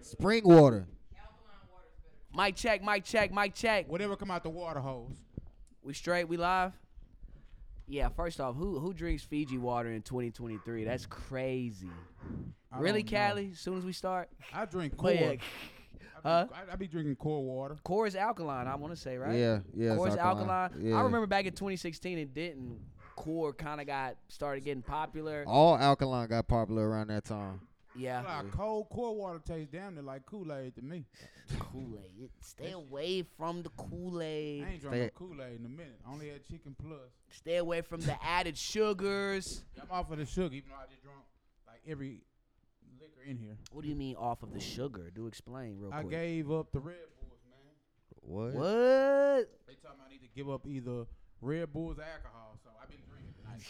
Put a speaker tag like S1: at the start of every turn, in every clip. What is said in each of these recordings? S1: Spring water.
S2: Mic check, mic check, mic check.
S3: Whatever come out the water hose.
S2: We straight, we live. Yeah, first off, who who drinks Fiji water in 2023? That's crazy.
S3: I
S2: really,
S3: don't know.
S2: Cali? As soon as we start,
S3: I drink core.
S2: But yeah,
S3: I,
S2: huh?
S3: be, I, I be drinking core water.
S2: Core is alkaline. I want to say right.
S1: Yeah, yeah. it's
S2: Core is alkaline.
S1: Yeah.
S2: I remember back in 2016, it didn't. Core kind of got started getting popular.
S1: all alkaline got popular around that time.
S2: Yeah.
S3: Like cold core water tastes damn near like Kool Aid to me.
S2: Kool Aid. Stay away from the Kool
S3: I
S2: Aid.
S3: ain't drinking
S1: Stay-
S3: Kool Aid in a minute. I only had chicken plus.
S2: Stay away from the added sugars.
S3: I'm off of the sugar, even though I just drunk like every liquor in here.
S2: What do you mean off of the sugar? Do explain real
S3: I
S2: quick.
S3: gave up the Red
S1: What?
S3: Bulls, man.
S2: what?
S3: They talking about I need to give up either Red Bulls or alcohol, so I've been drinking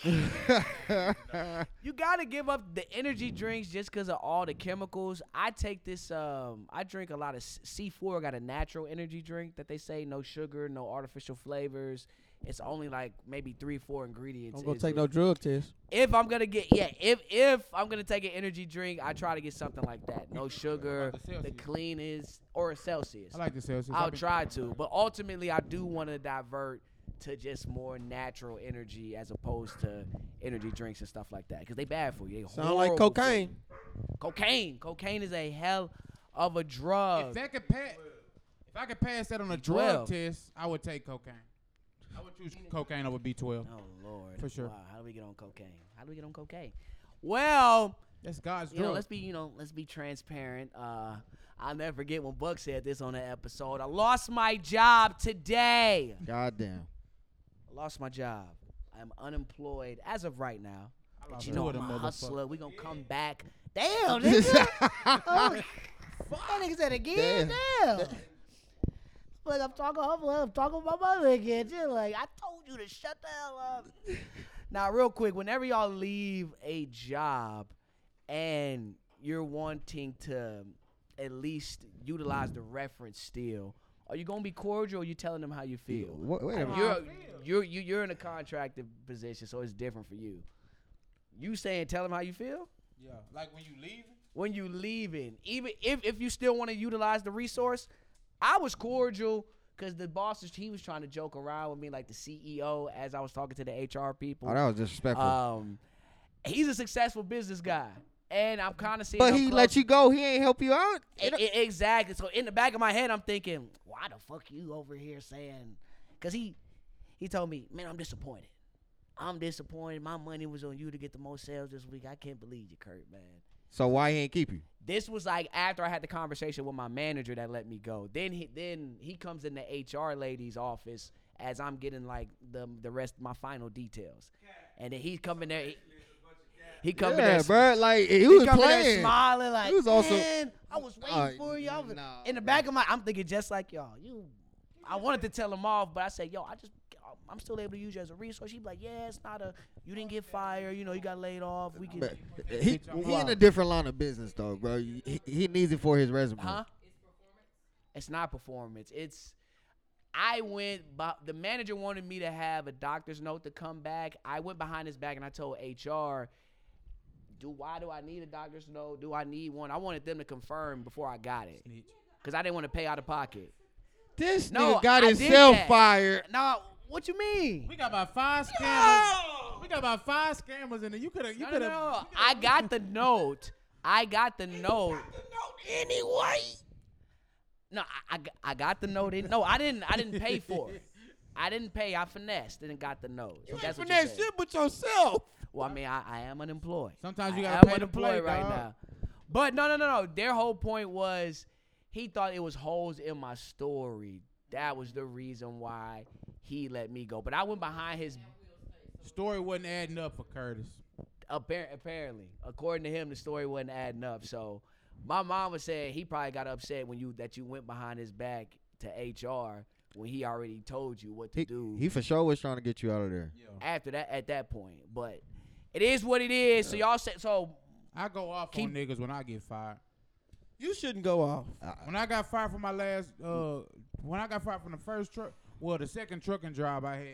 S3: tonight.
S2: You gotta give up the energy drinks just because of all the chemicals. I take this. Um, I drink a lot of C four. Got a natural energy drink that they say no sugar, no artificial flavors. It's only like maybe three, four ingredients.
S4: Don't go
S2: It's-
S4: take no drug test.
S2: If I'm gonna get yeah, if if I'm gonna take an energy drink, I try to get something like that. No sugar,
S3: About the
S2: the
S3: Celsius.
S2: cleanest or a Celsius.
S3: I like the Celsius. I've
S2: I'll
S3: been-
S2: try to, but ultimately, I do want to divert to just more natural energy as opposed to energy drinks and stuff like that because they bad for you. They
S4: Sound like
S2: horrible for you.
S4: cocaine.
S2: Cocaine, cocaine is a hell of a drug.
S3: If that could pass, if I could pass that on a
S2: Twelve.
S3: drug test, I would take cocaine. I would choose cocaine over B12.
S2: oh Lord,
S3: For sure.
S2: Wow, how do we get on cocaine? How do we get on cocaine? Well,
S3: That's God's
S2: you know,
S3: drug.
S2: let's be you know, let's be transparent. Uh, I'll never forget when Buck said this on an episode. I lost my job today.
S1: Goddamn.
S2: I lost my job. I'm unemployed as of right now.
S3: I
S2: But
S3: lost
S2: you
S3: two
S2: know,
S3: of
S2: I'm a
S3: them motherfuckers.
S2: hustler. We gonna come back. Damn, nigga. oh, fuck, that nigga said again. Damn. Like I'm talking, I'm, I'm talking about my mother again. Just like I told you to shut the hell up. now, real quick, whenever y'all leave a job and you're wanting to at least utilize the reference still, are you gonna be cordial? or you telling them how you feel?
S1: What, wait a minute.
S2: You're you're you- you're in a contracted position, so it's different for you. You saying tell them how you feel
S3: Yeah, like when you leave.
S2: when you leaving, even if if you still want to utilize the resource. I was cordial because the boss was- he was trying to joke around with me like the CEO as I was talking to the HR people.
S1: Oh, that was disrespectful.
S2: um, he's a successful business guy, and I'm kind of seeing.
S1: but
S2: up
S1: he
S2: close-
S1: let you go. He ain't help you out.
S2: I- I- E-, exactly. So in the back of my head, I'm thinking, why the fuck you over here saying? Because he he told me, man, I'm disappointed. I'm disappointed. My money was on you to get the most sales this week. I can't believe you, Kurt, man.
S1: So why he ain't keep you?
S2: This was like after I had the conversation with my manager that let me go. Then he then he comes in the HR lady's office as I'm getting like the the rest my final details, and then he's coming there. He, he coming
S1: yeah,
S2: there.
S1: bro. Like he
S2: He
S1: was
S2: coming there
S1: playing.
S2: smiling like,
S1: He was also-
S2: "Man, I was waiting
S1: Uh,
S2: for you. I was,
S1: nah,
S2: in the back of my, I'm thinking just like y'all. You, I wanted to tell him off, but I said, yo, I just, I'm still able to use you as a resource. He'd be like, yeah, it's not a, you didn't get fired. You know, you got laid off. We can,
S1: But he, he in a different line of business though, bro. He, he needs it for his resume.
S2: huh? It's not performance. It's, I went, by, the manager wanted me to have a doctor's note to come back. I went behind his back and I told HR, do why do I need a doctor's note? Do I need one? I wanted them to confirm before I got it. because I didn't want to pay out of pocket.
S1: This
S2: No,
S1: nigga got
S2: I did
S1: himself
S2: that.
S1: fired.
S2: No, what you mean?
S3: We got about five scammers. We got about five scammers in there. You could have. You
S2: No, no,
S3: could
S2: no,
S3: have.
S2: no. I got the note. I got the note.
S1: Anyway.
S2: No, I, I, g- I got the note. In, no, I didn't. I didn't pay for it. I didn't pay. I finessed and got the note. So that's what you said.
S4: but yourself.
S2: Well, I mean, I, I am unemployed.
S3: Sometimes you
S2: I
S3: gotta
S2: am
S3: pay to play,
S2: unemployed right
S3: dawg.
S2: now. But no, no, no, no. Their whole point was he thought it was holes in my story. That was the reason why he let me go. But I went behind his
S3: Story wasn't adding up for Curtis.
S2: Appar- apparently, according to him, the story wasn't adding up. So, my mom was saying he probably got upset when you that you went behind his back to HR when he already told you what to
S1: He,
S2: do
S1: he for sure was trying to get you out of there.
S2: after that at that point. But it is what it is. So y'all said so.
S3: I go off
S2: Keep-
S3: on niggas when I get fired. Uh,
S4: You shouldn't go off.
S3: When I got fired from my last, uh, when I got fired from the first truck, well, the second trucking job I had,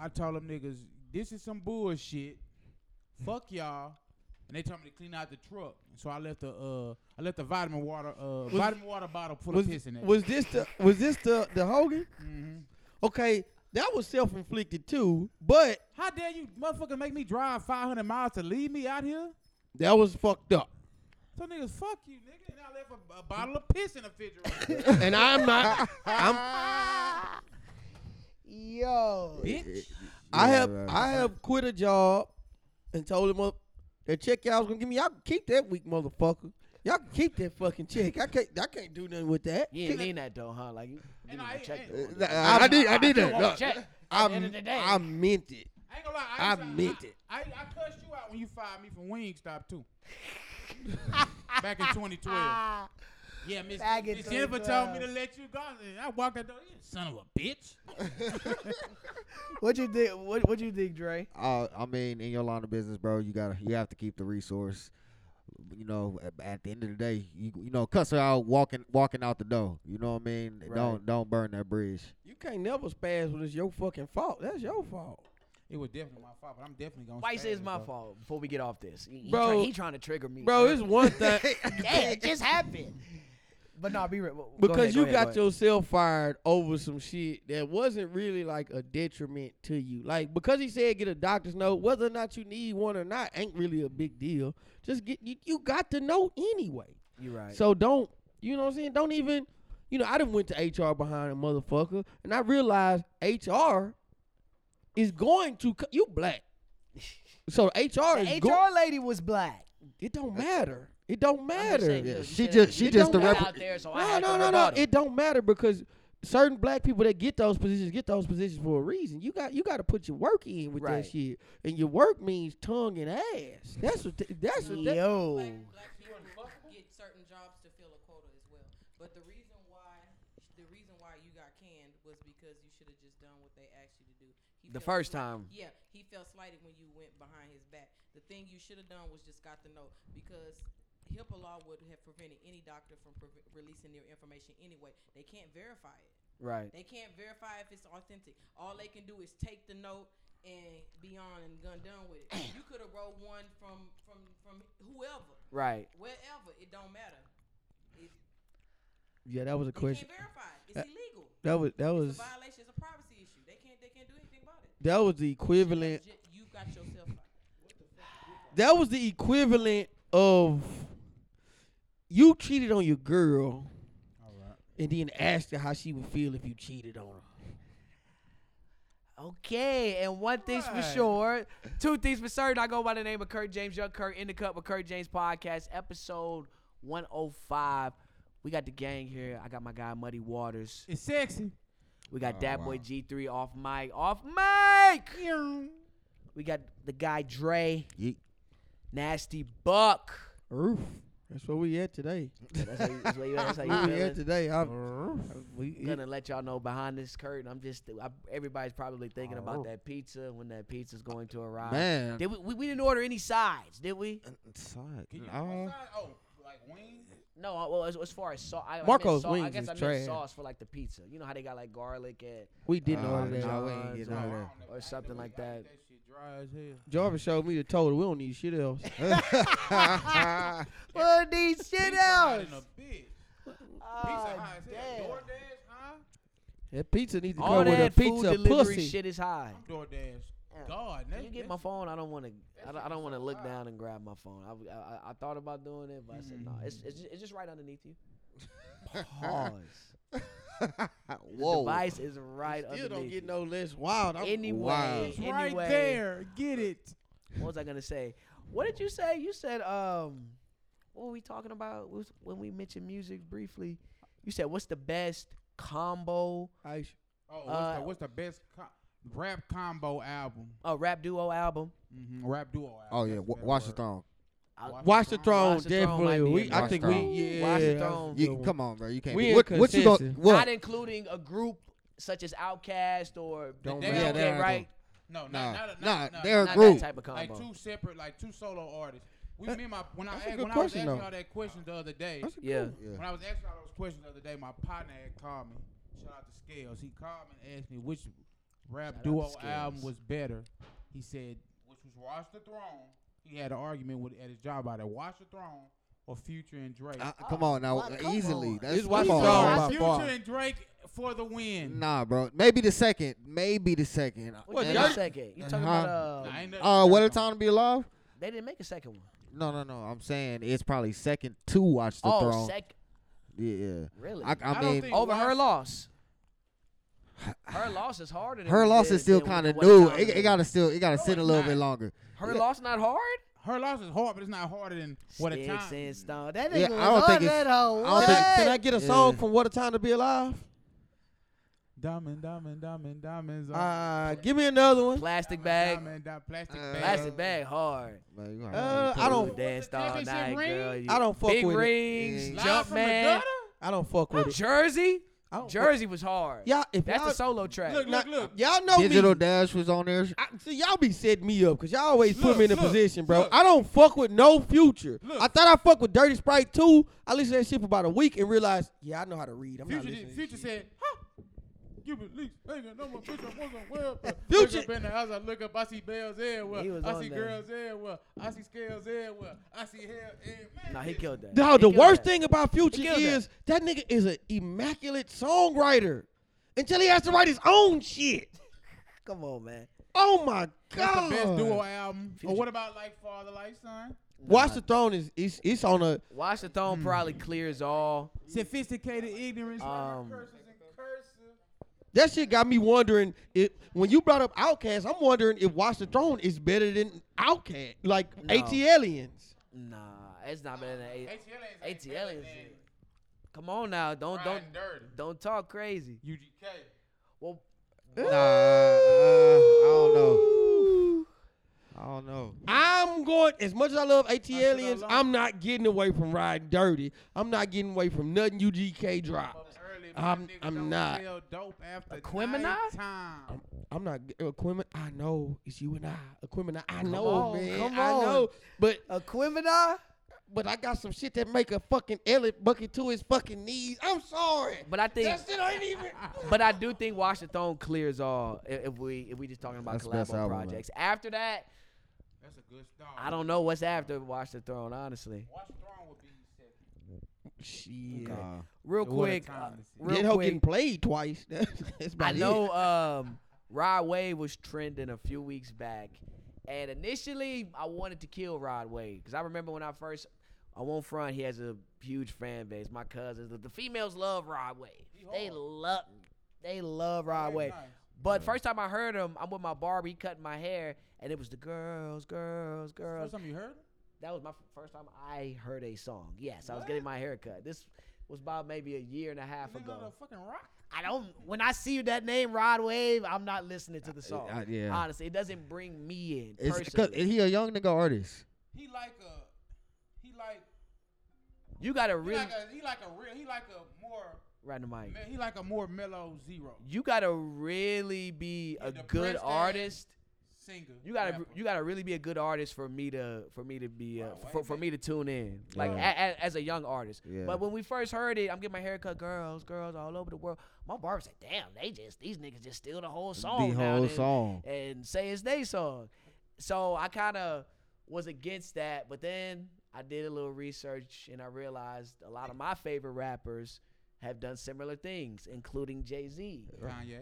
S3: I told them niggas, this is some bullshit. Fuck y'all. and they told me to clean out the truck. So I left the uh I left the vitamin water uh
S5: Was-
S3: vitamin water bottle full
S5: was,
S3: of piss in it.
S5: was this the was this the the Hogan?
S2: Mm-hmm.
S3: Mhm.
S5: Okay, that was self inflicted too, but
S3: How dare you, motherfucker, make me drive 500 miles to leave me out here?
S5: that was fucked up.
S3: So niggas, fuck you, nigga. And I left a, a bottle of piss in the refrigerator.
S5: and I'm not. I'm.
S2: Ah. Yo.
S3: Bitch.
S5: I
S1: Yeah,
S5: have
S1: right.
S5: I have quit a job and told him up that check y'all was gonna give me. Y'all can keep that weak motherfucker. Y'all can keep that fucking check. I can't. I can't do nothing with that.
S2: You didn't mean that though, huh? Like you
S3: And
S2: didn't
S3: I-
S2: even check
S3: and-
S2: though.
S1: Uh, I, I did. I did
S2: still
S1: that.
S2: want
S1: No,
S2: to check. At
S5: I,
S2: the end of the day,
S5: I meant it.
S3: I ain't gonna lie.
S5: I
S3: used to-
S5: meant it.
S3: I, I, I cussed you out when you fired me from Wingstop too. Back in 2012.
S2: Ah.
S3: Yeah, Miss,
S2: Back in
S3: Miss Jennifer told me
S2: 2012.
S3: to let you go, and I walked out the door. You son of a bitch.
S2: what you think? What What you think, Dre?
S1: Uh, I mean, in your line of business, bro, you gotta you have to keep the resource. You know, at, at the end of the day, you you know, cuss her out walking walking out the door. You know what I mean?
S2: Right.
S1: Don't don't burn that bridge.
S5: You can't never spaz when it's your fucking fault. That's your fault.
S3: It was definitely my fault, but I'm definitely gonna.
S2: Why you say
S3: spaz
S2: it's my
S3: though.
S2: fault? Before we get off this, he, he
S5: Bro.
S2: try- he trying to trigger me,
S5: Bro, it's one thing
S2: yeah, it just happened. But no, be real. Go
S5: because
S2: ahead, go
S5: you
S2: ahead,
S5: got
S2: go ahead.
S5: yourself fired over some shit that wasn't really like a detriment to you. Like because he said get a doctor's note, whether or not you need one or not ain't really a big deal. Just get you, you got to know anyway.
S2: You right.
S5: So don't, you know what I'm saying? Don't even, you know, I done went to HR behind a motherfucker, and I realized HR is going to co- you black. So HR
S2: the
S5: is
S2: HR
S5: going.
S2: lady was black.
S5: It don't matter. It don't
S2: just
S5: matter.
S2: saying,
S1: Yeah,
S2: you
S1: she
S2: said
S1: just-
S2: it-
S1: she
S2: it
S1: just
S2: don't
S1: the
S2: matter
S1: rep-
S2: out there, so Oh, I
S5: No,
S2: had
S5: no,
S2: to
S5: no, no.
S2: rebuttal.
S5: It don't matter because certain black people that get those positions get those positions for a reason. You got you got to put your work in with
S2: Right.
S5: that shit, and your work means tongue and ass. That's what. th- that's what. That,
S2: Yo,
S6: black, black people get certain jobs to fill a quota as well. But the reason why the reason why you got canned was because you should have just done what they asked you to do. He
S2: the
S6: felt
S2: first
S6: slight-
S2: time.
S6: Yeah, he felt slighted when you went behind his back. The thing you should have done was just got the note because HIPAA law would have prevented any doctor from preve- releasing their information anyway. They can't verify it.
S2: Right.
S6: They can't verify if it's authentic. All they can do is take the note and be on and gun done with it. you could have wrote one from from from whoever,
S2: Right.
S6: wherever. It don't matter. It,
S5: yeah, that was a
S6: they
S5: question.
S6: can't verify. it. It's
S5: Uh,
S6: illegal.
S5: That was that
S6: It's
S5: was
S6: a violation. It's a privacy issue. They can't they can't do anything about it.
S5: that was the equivalent.
S6: Legit, you got yourself fired.
S5: That was the equivalent of you cheated on your girl
S3: All right.
S5: and then asked her how she would feel if you cheated on her.
S2: Okay, and one thing's for
S3: Right.
S2: sure, two things for certain. I go by the name of Kurt James Young Kurt in the Cup with Kurt James Podcast, episode 105. We got the gang here. I got my guy Muddy Waters.
S3: It's sexy.
S2: We got
S1: Oh,
S2: Dat Boy
S1: wow.
S2: G3 off mic. Off mic! We got the guy Dre,
S1: Yeet.
S2: Nasty Buck.
S5: Roof. That's where we at today.
S2: That's how you, that's how you, that's how you
S5: Where we
S2: feeling.
S5: at today. I'm,
S2: I'm gonna let y'all know behind this curtain. I'm just I, everybody's probably thinking
S5: Oh.
S2: about that pizza when that pizza's going to arrive.
S1: Man,
S2: Did we, we, we didn't order any sides, did we?
S1: Inside.
S3: Can you
S1: Uh,
S3: what size? Oh, like wings?
S2: No, uh, well, as, as far as sauce, I,
S5: Marco's
S2: I meant sau- I
S5: wings
S2: guess
S5: is
S2: I meant
S5: trash.
S2: sauce for like the pizza. You know how they got like garlic and
S5: we didn't
S1: uh,
S5: order that.
S1: nah, we ain't
S2: John's
S1: getting all
S2: or-
S1: that.
S2: or something like that.
S3: That shit dry as hell.
S5: Jarvis showed me the total. We don't need shit else.
S2: well, these shit
S3: Pizza hot
S2: else.
S3: in a bitch.
S2: Ah,
S3: Pizza high as
S2: damn.
S3: hell. DoorDash, huh?
S5: that pizza needs to
S2: All
S5: come with a
S2: that food
S5: pizza
S2: delivery
S5: pussy.
S2: shit is high.
S3: I'm DoorDash. God,
S2: Can you
S3: that-
S2: get
S3: that
S2: my
S3: shit-
S2: phone? I don't want to. I
S3: that
S2: don't,
S3: shit is
S2: want to
S3: so
S2: look
S3: hot.
S2: down and grab my phone. I, I, I thought about doing it, but I
S5: Mm.
S2: said no. It's, it's it's just right underneath you. Pause. The
S1: Whoa.
S2: device is right
S5: Still
S2: underneath.
S5: don't get
S2: you.
S5: no less wild. I'm,
S2: Anyway,
S1: Wow.
S3: It's
S2: anyway,
S3: right there. Get it.
S2: What was I gonna say? What did you say? You said um, what were we talking about? Was when we mentioned music briefly? You said what's the best combo?
S5: Ice.
S3: Oh, what's,
S2: Uh,
S3: the, what's the best co- rap combo album?
S2: A rap duo album.
S3: Mm-hmm. Rap duo album.
S1: Oh yeah,
S3: That's a
S1: wa-
S3: better
S1: watch the
S3: word.
S1: throne.
S2: I-
S3: Watch
S5: Watch the throne,
S2: Uh, Watch the Throne
S5: definitely.
S2: might be
S5: we,
S2: in
S5: I
S1: there.
S5: think
S1: Watch the
S5: we, yeah.
S2: Watch the
S5: that's a
S2: Throne.
S5: good
S1: You,
S5: one.
S1: come on, bro. You can't.
S5: We
S1: be-
S5: in
S1: What, what you gonna?
S5: consensus.
S1: What?
S2: Not including a group such as Outkast or
S5: Don't
S3: Yeah,
S2: okay,
S3: that
S1: ain't
S2: right?
S3: No, no,
S1: Nah,
S3: not, not,
S1: nah,
S3: not,
S1: they're
S2: Not
S1: group.
S2: that type of combo.
S3: like two separate, like two solo artists. We,
S5: That-
S3: me and my when I
S5: that's a
S3: asked,
S5: good
S3: when I was
S5: question,
S3: asking
S5: though.
S3: y'all that question the other day,
S5: That's a
S2: Yeah.
S5: good one.
S1: Yeah.
S3: when I was asking all those questions the other day, my partner had called me. Shout out to Scales. He called me and asked me which
S2: Shout
S3: rap
S2: out to
S3: duo
S2: Scales.
S3: album was better. He said, which was Watch the Throne. he had an argument with at his job about it. Watch the throne or Future and Drake.
S1: Uh, come on now,
S2: Well, come
S1: easily.
S2: on.
S1: That's
S5: This Watch
S1: come on,
S5: the Throne
S1: bro.
S5: by
S3: Future
S5: far.
S3: and Drake for the win.
S1: Nah, bro. Maybe the second. Maybe the second.
S2: What
S1: And
S2: did a
S1: I-
S2: second? You talking
S1: Uh-huh.
S2: about
S3: Nah,
S2: uh,
S3: ain't nothing-
S1: Uh, what a time to be alive.
S2: they didn't make a second one.
S1: No, no, no. I'm saying it's probably second to Watch the
S2: oh,
S1: Throne.
S2: sec-
S1: yeah, yeah.
S2: really?
S1: I, I,
S3: I don't
S1: mean,
S3: think-
S2: Over her
S3: Watch-
S2: loss. Her loss is harder. Than
S1: her
S2: than-
S1: loss is still
S2: than
S1: kind of
S2: what
S1: new.
S2: Madonna
S1: It, it
S2: did.
S1: gotta still, it gotta
S3: No,
S1: sit a
S3: it's
S1: little
S3: not.
S1: bit longer.
S2: Her
S1: yeah.
S2: loss not hard.
S3: Her loss is hard, but it's not harder than what a
S2: Sticks
S3: time.
S2: and stone. That nigga
S1: Yeah,
S2: was
S1: I don't
S2: on
S1: think it's-
S2: that
S1: I
S2: hoe.
S1: don't
S5: Can I,
S1: think-
S2: What?
S5: can I get a song
S1: Yeah.
S5: from What a Time to Be Alive?
S3: Diamond, diamond, diamond, diamonds.
S5: Uh, give me another one.
S2: plastic bag?
S3: Diamond, di- plastic
S1: Uh,
S3: bag.
S2: Plastic bag hard.
S1: Man, you alright.
S5: Uh,
S1: You
S5: I
S1: cool.
S5: don't-
S2: dance all
S3: Championship
S2: night,
S3: ring?
S2: girl. You-
S5: I don't fuck
S2: Big
S5: with it.
S2: rings,
S1: Yeah.
S3: Live
S2: jump
S3: from the
S2: man,
S5: I don't fuck with it.
S2: Jersey.
S5: I don't fuck-
S2: Jersey was hard.
S5: Y'all, if
S2: That's
S5: y'all,
S2: the solo track.
S3: Look, look,
S5: not-
S3: look.
S5: y'all know
S1: Digital
S5: me.
S1: Dash was on there.
S5: I, see, y'all be setting me up because y'all always put
S3: Look,
S5: me in a
S3: look,
S5: position, bro.
S3: look.
S5: I don't fuck with no future.
S3: Look.
S5: I thought I fuck with Dirty Sprite too. I listened to that shit for about a week and realized, yeah, I know how to read. I'm not
S3: Future,
S5: listening
S3: did,
S5: to
S3: Future
S5: this shit.
S3: said, huh? You believe? Ain't got no more future. What's on well? but
S5: Future-
S3: Look up in the house. I look up. I see bells everywhere.
S2: He was
S3: I
S2: on
S3: see
S2: there.
S3: girls everywhere. I see scales everywhere. I see hair everywhere.
S2: Nah, he killed that.
S5: No,
S2: He
S5: the
S2: killed
S5: worst
S2: that.
S5: thing about Future
S2: killed that.
S5: is that. nigga is an immaculate songwriter until he has to write his own shit.
S2: Come on, man.
S5: Oh my
S3: That's
S5: god!
S3: the best duo album.
S2: Future.
S3: Or what about like Father, like Son?
S5: Watch the Throne is it's, it's on a
S2: Watch the
S3: Hmm.
S2: Throne probably clears all.
S3: Sophisticated ignorance.
S2: Um,
S3: curses and curses.
S5: that shit got me wondering if when you brought up Outkast, I'm wondering if Watch the Throne is better than Outkast, like
S2: No.
S5: AT Aliens.
S2: Nah, it's not better than
S3: ATL
S2: eight.
S3: ain't like
S2: ATL is.
S3: Finland,
S2: Come on now, don't don't
S3: riding dirty.
S2: don't talk crazy.
S3: UGK.
S2: Well,
S1: Nah, uh, I don't know. I don't know.
S5: I'm going as much as I love AT
S3: I
S5: Aliens.
S3: love-
S5: I'm not getting away from Ride Dirty. I'm not getting away from nothing UGK
S3: Up
S5: dropped.
S3: early,
S5: I'm-
S3: my nigga
S5: I'm
S3: don't
S5: not.
S3: sell Dope after
S2: Aquemini?
S3: nighttime.
S5: I'm not Equipment. I know it's you and I. Equipment. I know,
S2: on,
S5: man.
S2: come
S5: I
S2: on.
S5: know, but
S2: Aquemini,
S5: but I got some shit that make a fucking Elliot bucket to his fucking knees. I'm sorry.
S2: but I think,
S5: that shit ain't even.
S3: Ah,
S2: but I do think Watch the Throne clears all. i- If we if we just talking about
S1: That's the best
S2: collabo
S1: album, man.
S2: projects. After that,
S3: That's a good start.
S2: I don't know what's after Watch the Throne. Honestly,
S3: Watch Throne would be second.
S5: Shit.
S1: Nah.
S2: real
S3: What a
S2: quick,
S3: time
S2: uh,
S3: to see.
S5: That
S2: real
S5: hoe
S2: quick.
S5: getting played twice. That's about
S2: I know um Rod Wave was trending a few weeks back. And initially I wanted to kill Rod Wave because I remember when I first I won't front, he has a huge fan base. My cousins, the, the females love Rod Wave. They love they love Rod
S3: Very
S2: Wave.
S3: nice.
S2: But first time I heard him, I'm with my barber, he cutting my hair, and it was the girls, girls, girls.
S3: First time you heard it?
S2: That was my f- first time I heard a song. Yes, I was
S3: What?
S2: getting my hair cut. This was about maybe a year and a half
S3: Nigga
S2: ago.
S3: on a fucking rock.
S2: I don't. When I see that name, Rod Wave, I'm not listening to the song.
S1: I- yeah.
S2: Honestly, it doesn't bring me in
S1: It's because
S2: personally.
S1: he a young nigga artist.
S3: He like a, he like,
S2: you gotta
S3: he
S2: really
S3: like a, he like a real, he like a more,
S2: right in the mic.
S3: me- he like a more mellow zero
S2: You gotta really be a
S3: depressed
S2: good
S3: ass
S2: artist.
S3: singer.
S2: You gotta
S3: rapper.
S2: you gotta really be a good artist for me to for me to be uh,
S3: Wow, wait
S2: for,
S3: a
S2: for me to tune in like
S1: Yeah.
S2: a, a, as a young artist.
S1: Yeah.
S2: But when we first heard it, I'm getting my haircut, girls, girls all over the world. My barber said, "Damn, they just these niggas just steal the whole song."
S1: the
S2: now
S1: whole
S2: then."
S1: song.
S2: and say it's they song. So I kind of was against that, but then I did a little research and I realized a lot of my favorite rappers have done similar things, including Jay Z.
S3: Kanye.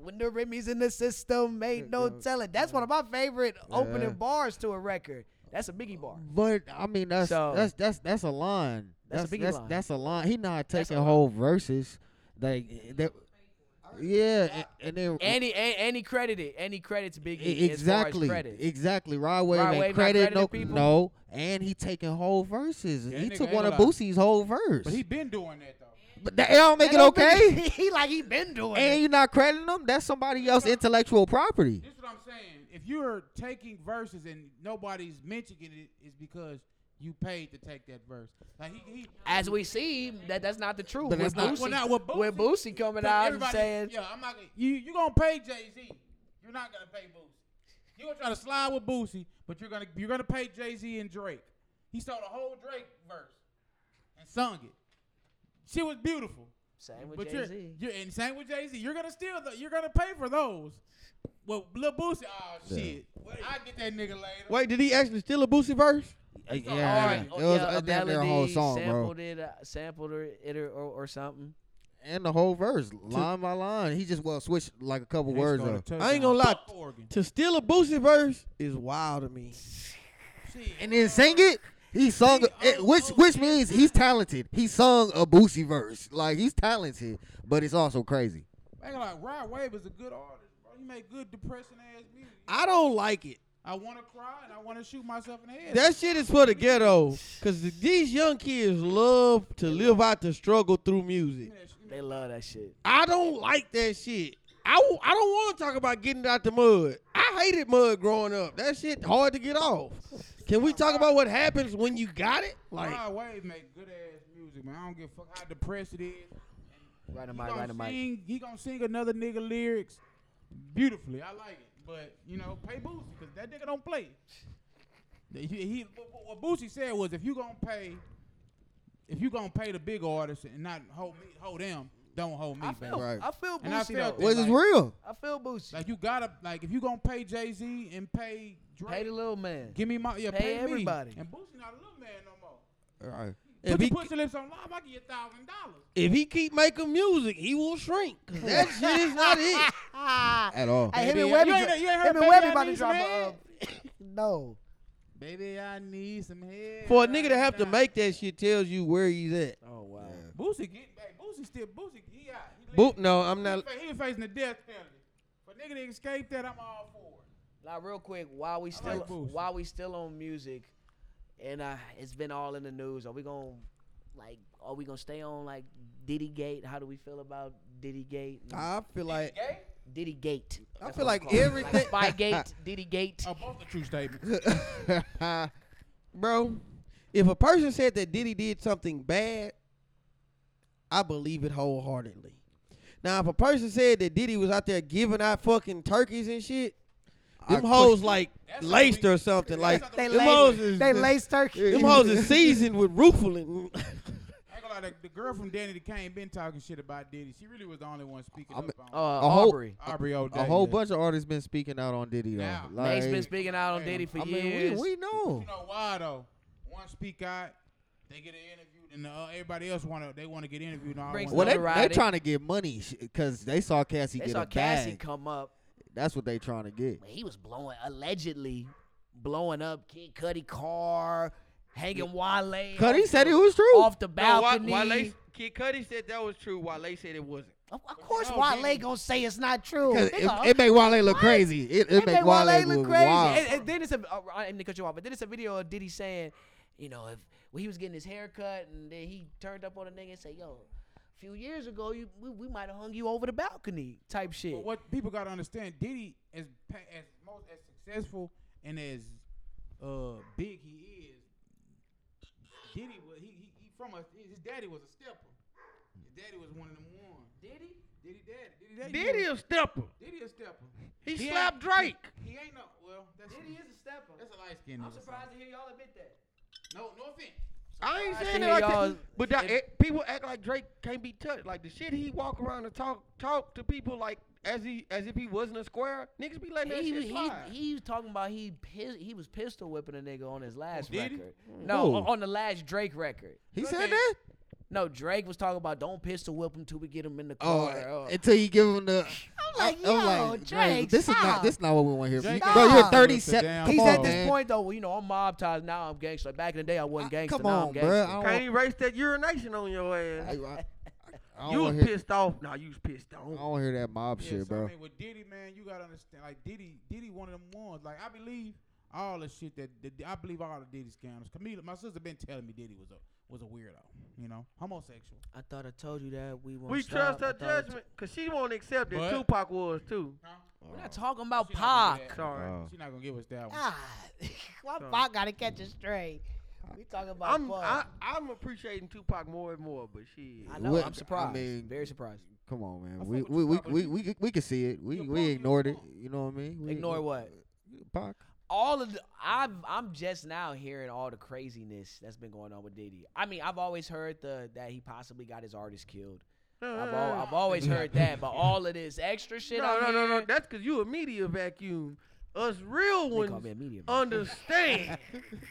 S2: When the Remy's in the system, ain't no telling. That's one of my favorite
S1: Yeah.
S2: opening bars to a record. That's a Biggie bar.
S1: But I mean, that's
S2: So-
S1: that's that's that's a line.
S2: That's a
S1: That's
S2: Biggie
S1: that's,
S2: line.
S1: that's a line. He not
S2: That's
S1: taking
S2: a line.
S1: whole verses. Like that. Yeah, and, and then
S2: And he, and, and he credited, and he credits Biggie
S1: E- exactly
S2: as far as credit.
S1: exactly. Rod Wave
S2: Rod
S1: ain't
S2: Wave not
S1: credit no
S2: crediting people?
S1: no, and he taking whole verses.
S3: Yeah,
S1: he
S3: nigga
S1: took
S3: ain't
S1: one of
S3: gonna lie.
S1: Boosie's whole verse.
S3: But he been doing that though.
S1: But that, it don't make it okay.
S2: he like he been doing
S1: and
S2: it.
S1: you not crediting them. That's somebody else's intellectual property.
S3: This is what I'm saying. If you're taking verses and nobody's mentioning it, it's because you paid to take that verse. Like he, he
S2: As we see, that that's not the truth.
S1: But
S2: With
S1: that's not-
S2: Boosie,
S3: Well, not with
S2: with
S3: Boosie.
S2: Boosie coming
S3: Like,
S2: out and
S3: everybody-
S2: saying,
S3: "Yeah, I'm not. gonna- You you gonna pay Jay Z? You're not gonna pay Boosie. You gonna try to slide with Boosie, but you're gonna you're gonna pay Jay Z and Drake. He saw the whole Drake verse and sung it. She was beautiful,
S2: Same with
S3: but
S2: Jay Z.
S3: you're, you're and same with Jay Z. You're gonna steal the. You're gonna pay for those. Well, Lil Boosie, oh shit. I get that nigga later.
S5: Wait, did he actually steal a Boosie verse?
S1: Uh,
S3: It's a
S1: yeah,
S3: hard-
S1: it was
S2: Oh, yeah,
S1: uh, damn near a whole
S2: melody,
S1: song,
S2: sampled
S1: bro,
S2: it, uh, sampled it, it or, or, or something.
S1: and the whole verse, line by line. He just well switched like a couple words up.
S5: I ain't gonna lie.
S3: Fuck Oregon.
S5: To steal a Boosie verse is wild to me.
S3: Shit.
S1: and then sing it. He sung, it, which which means he's talented. He sung a Boosie verse, like he's talented, but it's also crazy.
S3: I ain't gonna lie. Rod Wave is a good artist, bro. He make good depressing ass music.
S5: I don't like it.
S3: I want to cry and I want to shoot myself in the head.
S5: That shit is for the ghetto. Cause these young kids love to live out the struggle through music.
S2: They love that shit.
S5: I don't like that shit. I, w- I don't want to talk about getting out the mud. I hated mud growing up. That shit hard to get off. Can we talk about what happens when you got it? Like,
S3: Rod Wave make good ass music, man. I don't give a fuck how depressed it is.
S2: Right
S3: He
S2: on mic, right
S3: gonna
S2: on mic.
S3: sing. He gonna sing another nigga lyrics beautifully. I like it, but you know, pay Boosie because that nigga don't play. He, he- what, what Boosie said was, if you gonna pay, if you gonna pay the big artists and not hold me, hold them, don't hold me
S2: I
S3: back.
S2: feel,
S1: Right.
S2: I feel
S3: And I
S2: Boosie
S3: felt
S2: though.
S1: Which is
S2: Like,
S1: real.
S2: I feel Boosie.
S3: Like you gotta, like if you gonna pay Jay Z and pay Drake,
S2: Hey, the little man.
S3: Give me my yeah,
S2: Pay
S3: pay, me.
S2: everybody.
S3: And Boosie not a little man no more.
S5: if,
S3: Put
S5: he,
S3: your pussy lips on live, I give you a thousand dollars.
S5: if he keep making music, he will shrink. 'Cause that shit is not it.
S7: Ah,
S1: At all.
S7: hey, him
S3: Baby,
S7: and
S3: you
S7: Webby,
S3: ain't-
S7: dro-
S3: you ain't heard
S7: him and
S3: Baby
S7: Webby
S3: I
S7: about to
S3: Need
S7: drop
S3: Some
S7: a. uh, no,
S3: Baby, I need some head.
S5: For a nigga to
S3: right
S5: have to
S3: now.
S5: make that shit tells you where he's at.
S2: Oh wow.
S3: Boosie get back. Boosie still Boosie. He out. He
S5: Boop,
S3: living.
S5: no, I'm
S3: He,
S5: not.
S3: fa- he facing the death penalty. But nigga to escape that, I'm all for it.
S2: Now, real quick, while we still
S3: like Boosie.
S2: while we still on music, and uh, it's been all in the news. Are we gonna like? Are we gonna stay on like Diddy Gate? How do we feel about Diddy Gate?
S1: Uh,
S5: I feel like
S2: Diddy Gate.
S5: I
S2: That's
S5: feel
S2: what I'm
S5: like
S2: calling it.
S5: everything-
S2: Like Spygate, Diddy Gate.
S3: Oh, both the true statements.
S5: bro, if a person said that Diddy did something bad, I believe it wholeheartedly. Now, if a person said that Diddy was out there giving out fucking turkeys and shit, them hoes like
S3: That's not
S5: laced
S3: the-
S5: or something. Like
S3: not the-
S7: they
S5: them
S7: lay,
S5: hoes is
S7: they lace turkey.
S5: them hoes is seasoned with ruffling.
S3: I ain't gonna lie, the, the girl from Danny that came been talking shit about Diddy. She really was the only one speaking
S1: I'm-
S3: up on
S2: Uh,
S1: a whole-
S2: Aubrey.
S3: Aubrey O'Day.
S1: A whole bunch of artists been speaking out on Diddy though.
S3: Yeah.
S1: Like,
S2: Nate's been speaking out on Diddy for
S1: I mean,
S2: years.
S1: we, we know.
S3: You know why though? One speak out, they get an interview, and uh, everybody else want to. They want to get interviewed. And all
S2: Brings
S1: Well,
S3: want
S1: they they
S2: Notoriety.
S1: trying to get money because they saw Cassie
S2: they
S1: get
S2: saw
S1: a
S2: Cassie
S1: bag.
S2: come up.
S1: That's what they trying to get.
S2: Man, he was blowing allegedly blowing up Kid Cudi car, hanging Wale.
S1: Cause he
S2: off
S1: said
S2: the-
S1: it was true.
S2: off the balcony.
S5: Kid Cudi said that was true. Wale said it wasn't.
S7: Of, of course,
S3: No,
S7: Wale
S3: Diddy.
S7: gonna say it's not true.
S1: Cause
S7: They
S1: it,
S7: gonna-
S1: it make Wale look crazy. It, it,
S7: It
S1: make,
S7: make
S1: Wale,
S7: Wale
S1: look
S7: look crazy.
S1: Wild.
S2: and, and then it's a uh, I didn't mean to cut you off, but then it's a video of Diddy saying, you know, if when he was getting his hair cut and then he turned up on a nigga and said, yo, a few years ago you we, we might have hung you over the balcony type shit.
S3: But what people got to understand, Diddy as pa- as most as successful and as uh big he is, Diddy was he he, he from a his daddy was a stepper. His daddy was one of them one. Diddy, Diddy, daddy, Diddy, daddy.
S5: Diddy a stepper.
S3: Diddy a stepper.
S5: He
S3: ain't-
S5: slapped Drake.
S3: He, ain't no well. That's
S2: stepper.
S3: That's a light skin. nigga.
S2: to hear y'all admit that.
S3: No, no offense.
S5: I ain't
S2: I
S5: saying
S2: see
S5: it like
S2: y'all-
S5: that. But that,
S2: if-
S5: it- people act like Drake can't be touched. Like the shit he walk around and talk talk to people like as he as if he wasn't a square. Niggas be letting that
S2: He,
S5: shit
S2: he,
S5: slide.
S2: he was talking about he pis- he was pistol whipping a nigga on his last
S3: Diddy?
S2: record. No,
S1: Who?
S2: on- on the last Drake record.
S1: He
S3: Okay.
S1: said that.
S2: No, Drake was talking about don't pistol whip him till we get him in the
S1: Oh,
S2: car. Oh,
S1: until you give him the.
S7: I'm like, yo, Drake,
S1: this is not
S7: stop.
S1: this is not what we want to hear.
S3: Drake,
S1: Bro, you're
S7: stop.
S1: 37.
S3: He's
S1: Come
S2: He's
S1: on,
S2: at this
S1: man.
S2: point though. Well, you know, I'm mob ties now. I'm gangster. Like, back in the day, I wasn't
S1: I-
S2: gangster.
S1: Come
S2: now
S1: on, bro.
S2: I'm gangster.
S1: I
S5: Can't
S1: don't,
S5: erase that urination on your
S1: I,
S5: ass.
S1: I, I
S5: You
S1: don't
S5: was
S1: want to hear,
S5: pissed off. Nah, you was pissed
S1: I
S5: off.
S1: don't wanna hear that mob
S3: Yeah,
S1: shit,
S3: so, I
S1: bro.
S3: mean, with Diddy, man, you gotta understand. Like Diddy, Diddy, one of them ones. Like I believe all the shit that, that I believe all the Diddy scandals. Camila, my sister been telling me Diddy was a was a weirdo. You know, homosexual.
S2: I thought I told you that we won't
S5: We
S2: stop.
S5: trust
S2: I
S5: her
S2: thought I t-
S5: judgment because she won't accept that
S3: But-
S5: Tupac was too.
S2: We're not talking about
S3: She not gonna do
S2: Oh, Pac.
S3: that.
S5: Sorry.
S1: Oh.
S3: She not gonna give us that one.
S7: God, why
S5: Sorry.
S7: Pac gotta catch a stray? We talking about
S5: I'm
S7: Pac.
S5: I, I'm appreciating Tupac more and more, but she.
S2: I know.
S1: What-
S2: I'm surprised.
S1: I mean-
S2: Very surprised.
S1: Come on, man.
S3: fuck
S1: We
S3: with
S1: we
S3: you,
S1: we
S3: Pop, but
S1: we
S3: you-
S1: we could- we could see it. We
S3: you a punk,
S1: we
S3: you a
S1: ignored it.
S3: punk.
S1: You know what I mean? We,
S2: Ignore what?
S1: Pac.
S2: All of the, I'm I'm just now hearing all the craziness that's been going on with Diddy. I mean, I've always heard the that he possibly got his artist killed. I've, al- I've always heard that, but all of this extra shit.
S5: Uh-huh. No,
S2: out
S5: no, no, no.
S2: here-
S5: That's because you a media vacuum. Us real
S2: They call me a
S5: ones
S2: media. man.
S5: understand.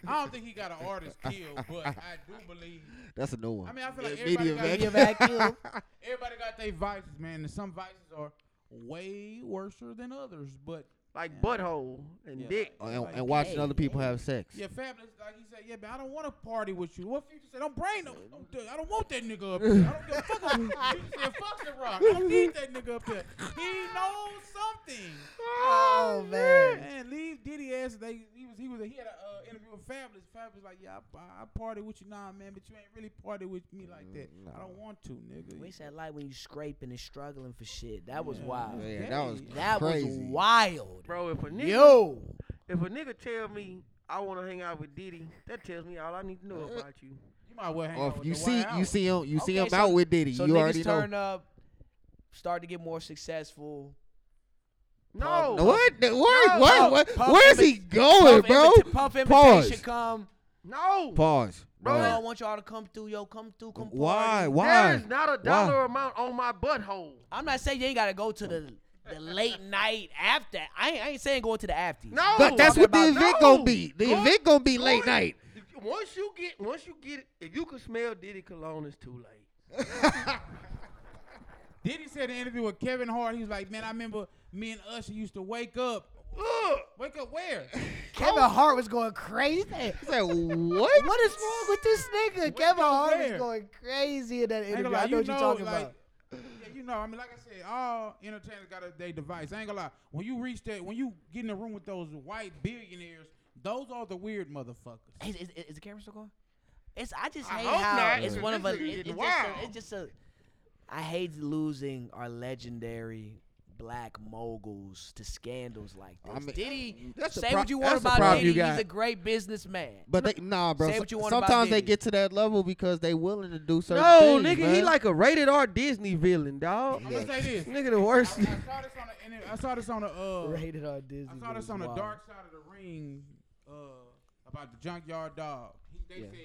S3: I don't think he got an artist killed, but I do believe
S1: That's a new one.
S3: I mean, I feel like
S1: Yeah,
S3: everybody got-
S1: vac-
S7: Media vacuum.
S3: everybody got their vices, man. And some vices are way worse than others. But
S5: like butthole and
S3: Yeah.
S5: dick.
S1: Oh, and, and watching
S2: hey,
S1: other people have sex.
S3: yeah, fabulous. Like he said, yeah, man, I don't want to party with you. What future said? Don't bring no. Don't do it. I don't want that nigga up here. I don't give a fuck. About you. Future said, fuck the rock. I don't need that nigga up here. He knows something.
S7: Oh man.
S3: Man, leave Diddy ass. They he was he was he had an uh, interview with Fabulous. Fabulous like, yeah, I, I party with you, nah, man, but you ain't really party with me like that.
S1: Mm,
S3: I don't want to, nigga.
S2: We said like when you scraping and struggling for shit. That was wild.
S1: Man, that was
S2: That
S1: crazy.
S2: was wild.
S5: Bro, if a nigga
S2: Yo.
S5: if a nigga tell me I wanna hang out with Diddy, that tells me all I need to know
S1: Uh,
S5: about you.
S3: You might well hang
S1: Or
S3: out
S1: if
S3: with
S1: you
S3: the
S1: see
S3: Wild
S1: you
S3: Out.
S1: see him you see
S2: Okay,
S1: him
S2: so-
S1: out with Diddy,
S2: So
S1: you
S2: niggas
S1: already know.
S2: turn up, start to get more successful.
S5: No.
S1: No, What? Where?
S2: No,
S1: what?
S2: no,
S1: what?
S2: puff
S1: Where's he
S2: image-
S1: going,
S2: puff,
S1: bro?
S2: invita- puff invitation
S1: Pause.
S2: come.
S5: No.
S1: Pause.
S2: Bro, I
S1: Bro,
S2: want y'all to come through, yo. Come through, come party.
S1: why?
S5: There
S1: Why?
S5: is not a dollar amount on my butthole.
S2: I'm not saying you ain't gotta go to the the late night after. I ain't, I ain't saying going to the after.
S5: No.
S1: Th- that's
S2: talking
S1: what the
S2: about-
S1: event
S5: No.
S1: gonna be. The
S5: Go-
S1: event gonna be
S5: go
S1: late
S5: ahead.
S1: night.
S5: Once you get once you get if you can smell Diddy cologne, it's too late.
S3: Diddy said in an interview with Kevin Hart, he was like, man, I remember me and Usher used to wake up.
S5: Ugh.
S3: Wake up where?
S7: Kevin Hart was going crazy.
S1: He said, what?
S7: What is wrong with this nigga?
S3: goes
S7: Kevin Hart is
S3: there?
S7: going crazy in that
S3: I ain't
S7: interview.
S3: gonna lie,
S7: I know what you're talking
S3: like,
S7: about.
S3: Yeah, you know, I mean, like I said, all entertainers got a their device. I ain't gonna lie. When you reach that, when you get in the room with those white billionaires, those are the weird motherfuckers.
S2: Is, is, is the camera still going? It's I just
S5: I
S2: hate
S5: hope
S2: how
S5: not.
S2: it's
S5: This
S2: one of us.
S5: is
S2: It, it's,
S5: getting
S2: just
S5: wild.
S2: a, it's just a. I hate losing our legendary black moguls to scandals like this.
S1: I mean,
S2: Diddy,
S1: that's a
S2: say
S1: pro-
S2: what you want
S1: that's a
S2: about
S1: problem
S2: Diddy,
S1: you
S2: he's
S1: got.
S2: a great businessman.
S1: But they, nah, bro.
S2: Say
S1: so-
S2: what you want about
S1: sometimes they
S2: Diddy.
S1: get to that level because they willing to do certain
S5: No,
S1: things.
S5: nigga, he
S1: man.
S5: like a rated R Disney villain, dog.
S3: I'm gonna say this.
S5: Nigga, the
S3: I, I
S5: worst.
S3: saw this on the, inter- I saw this on the uh,
S7: Rated R Disney.
S3: I saw this
S7: movies,
S3: on the
S7: wow.
S3: dark side of the ring uh, about the junkyard dog. He, they
S2: Yeah.
S3: said,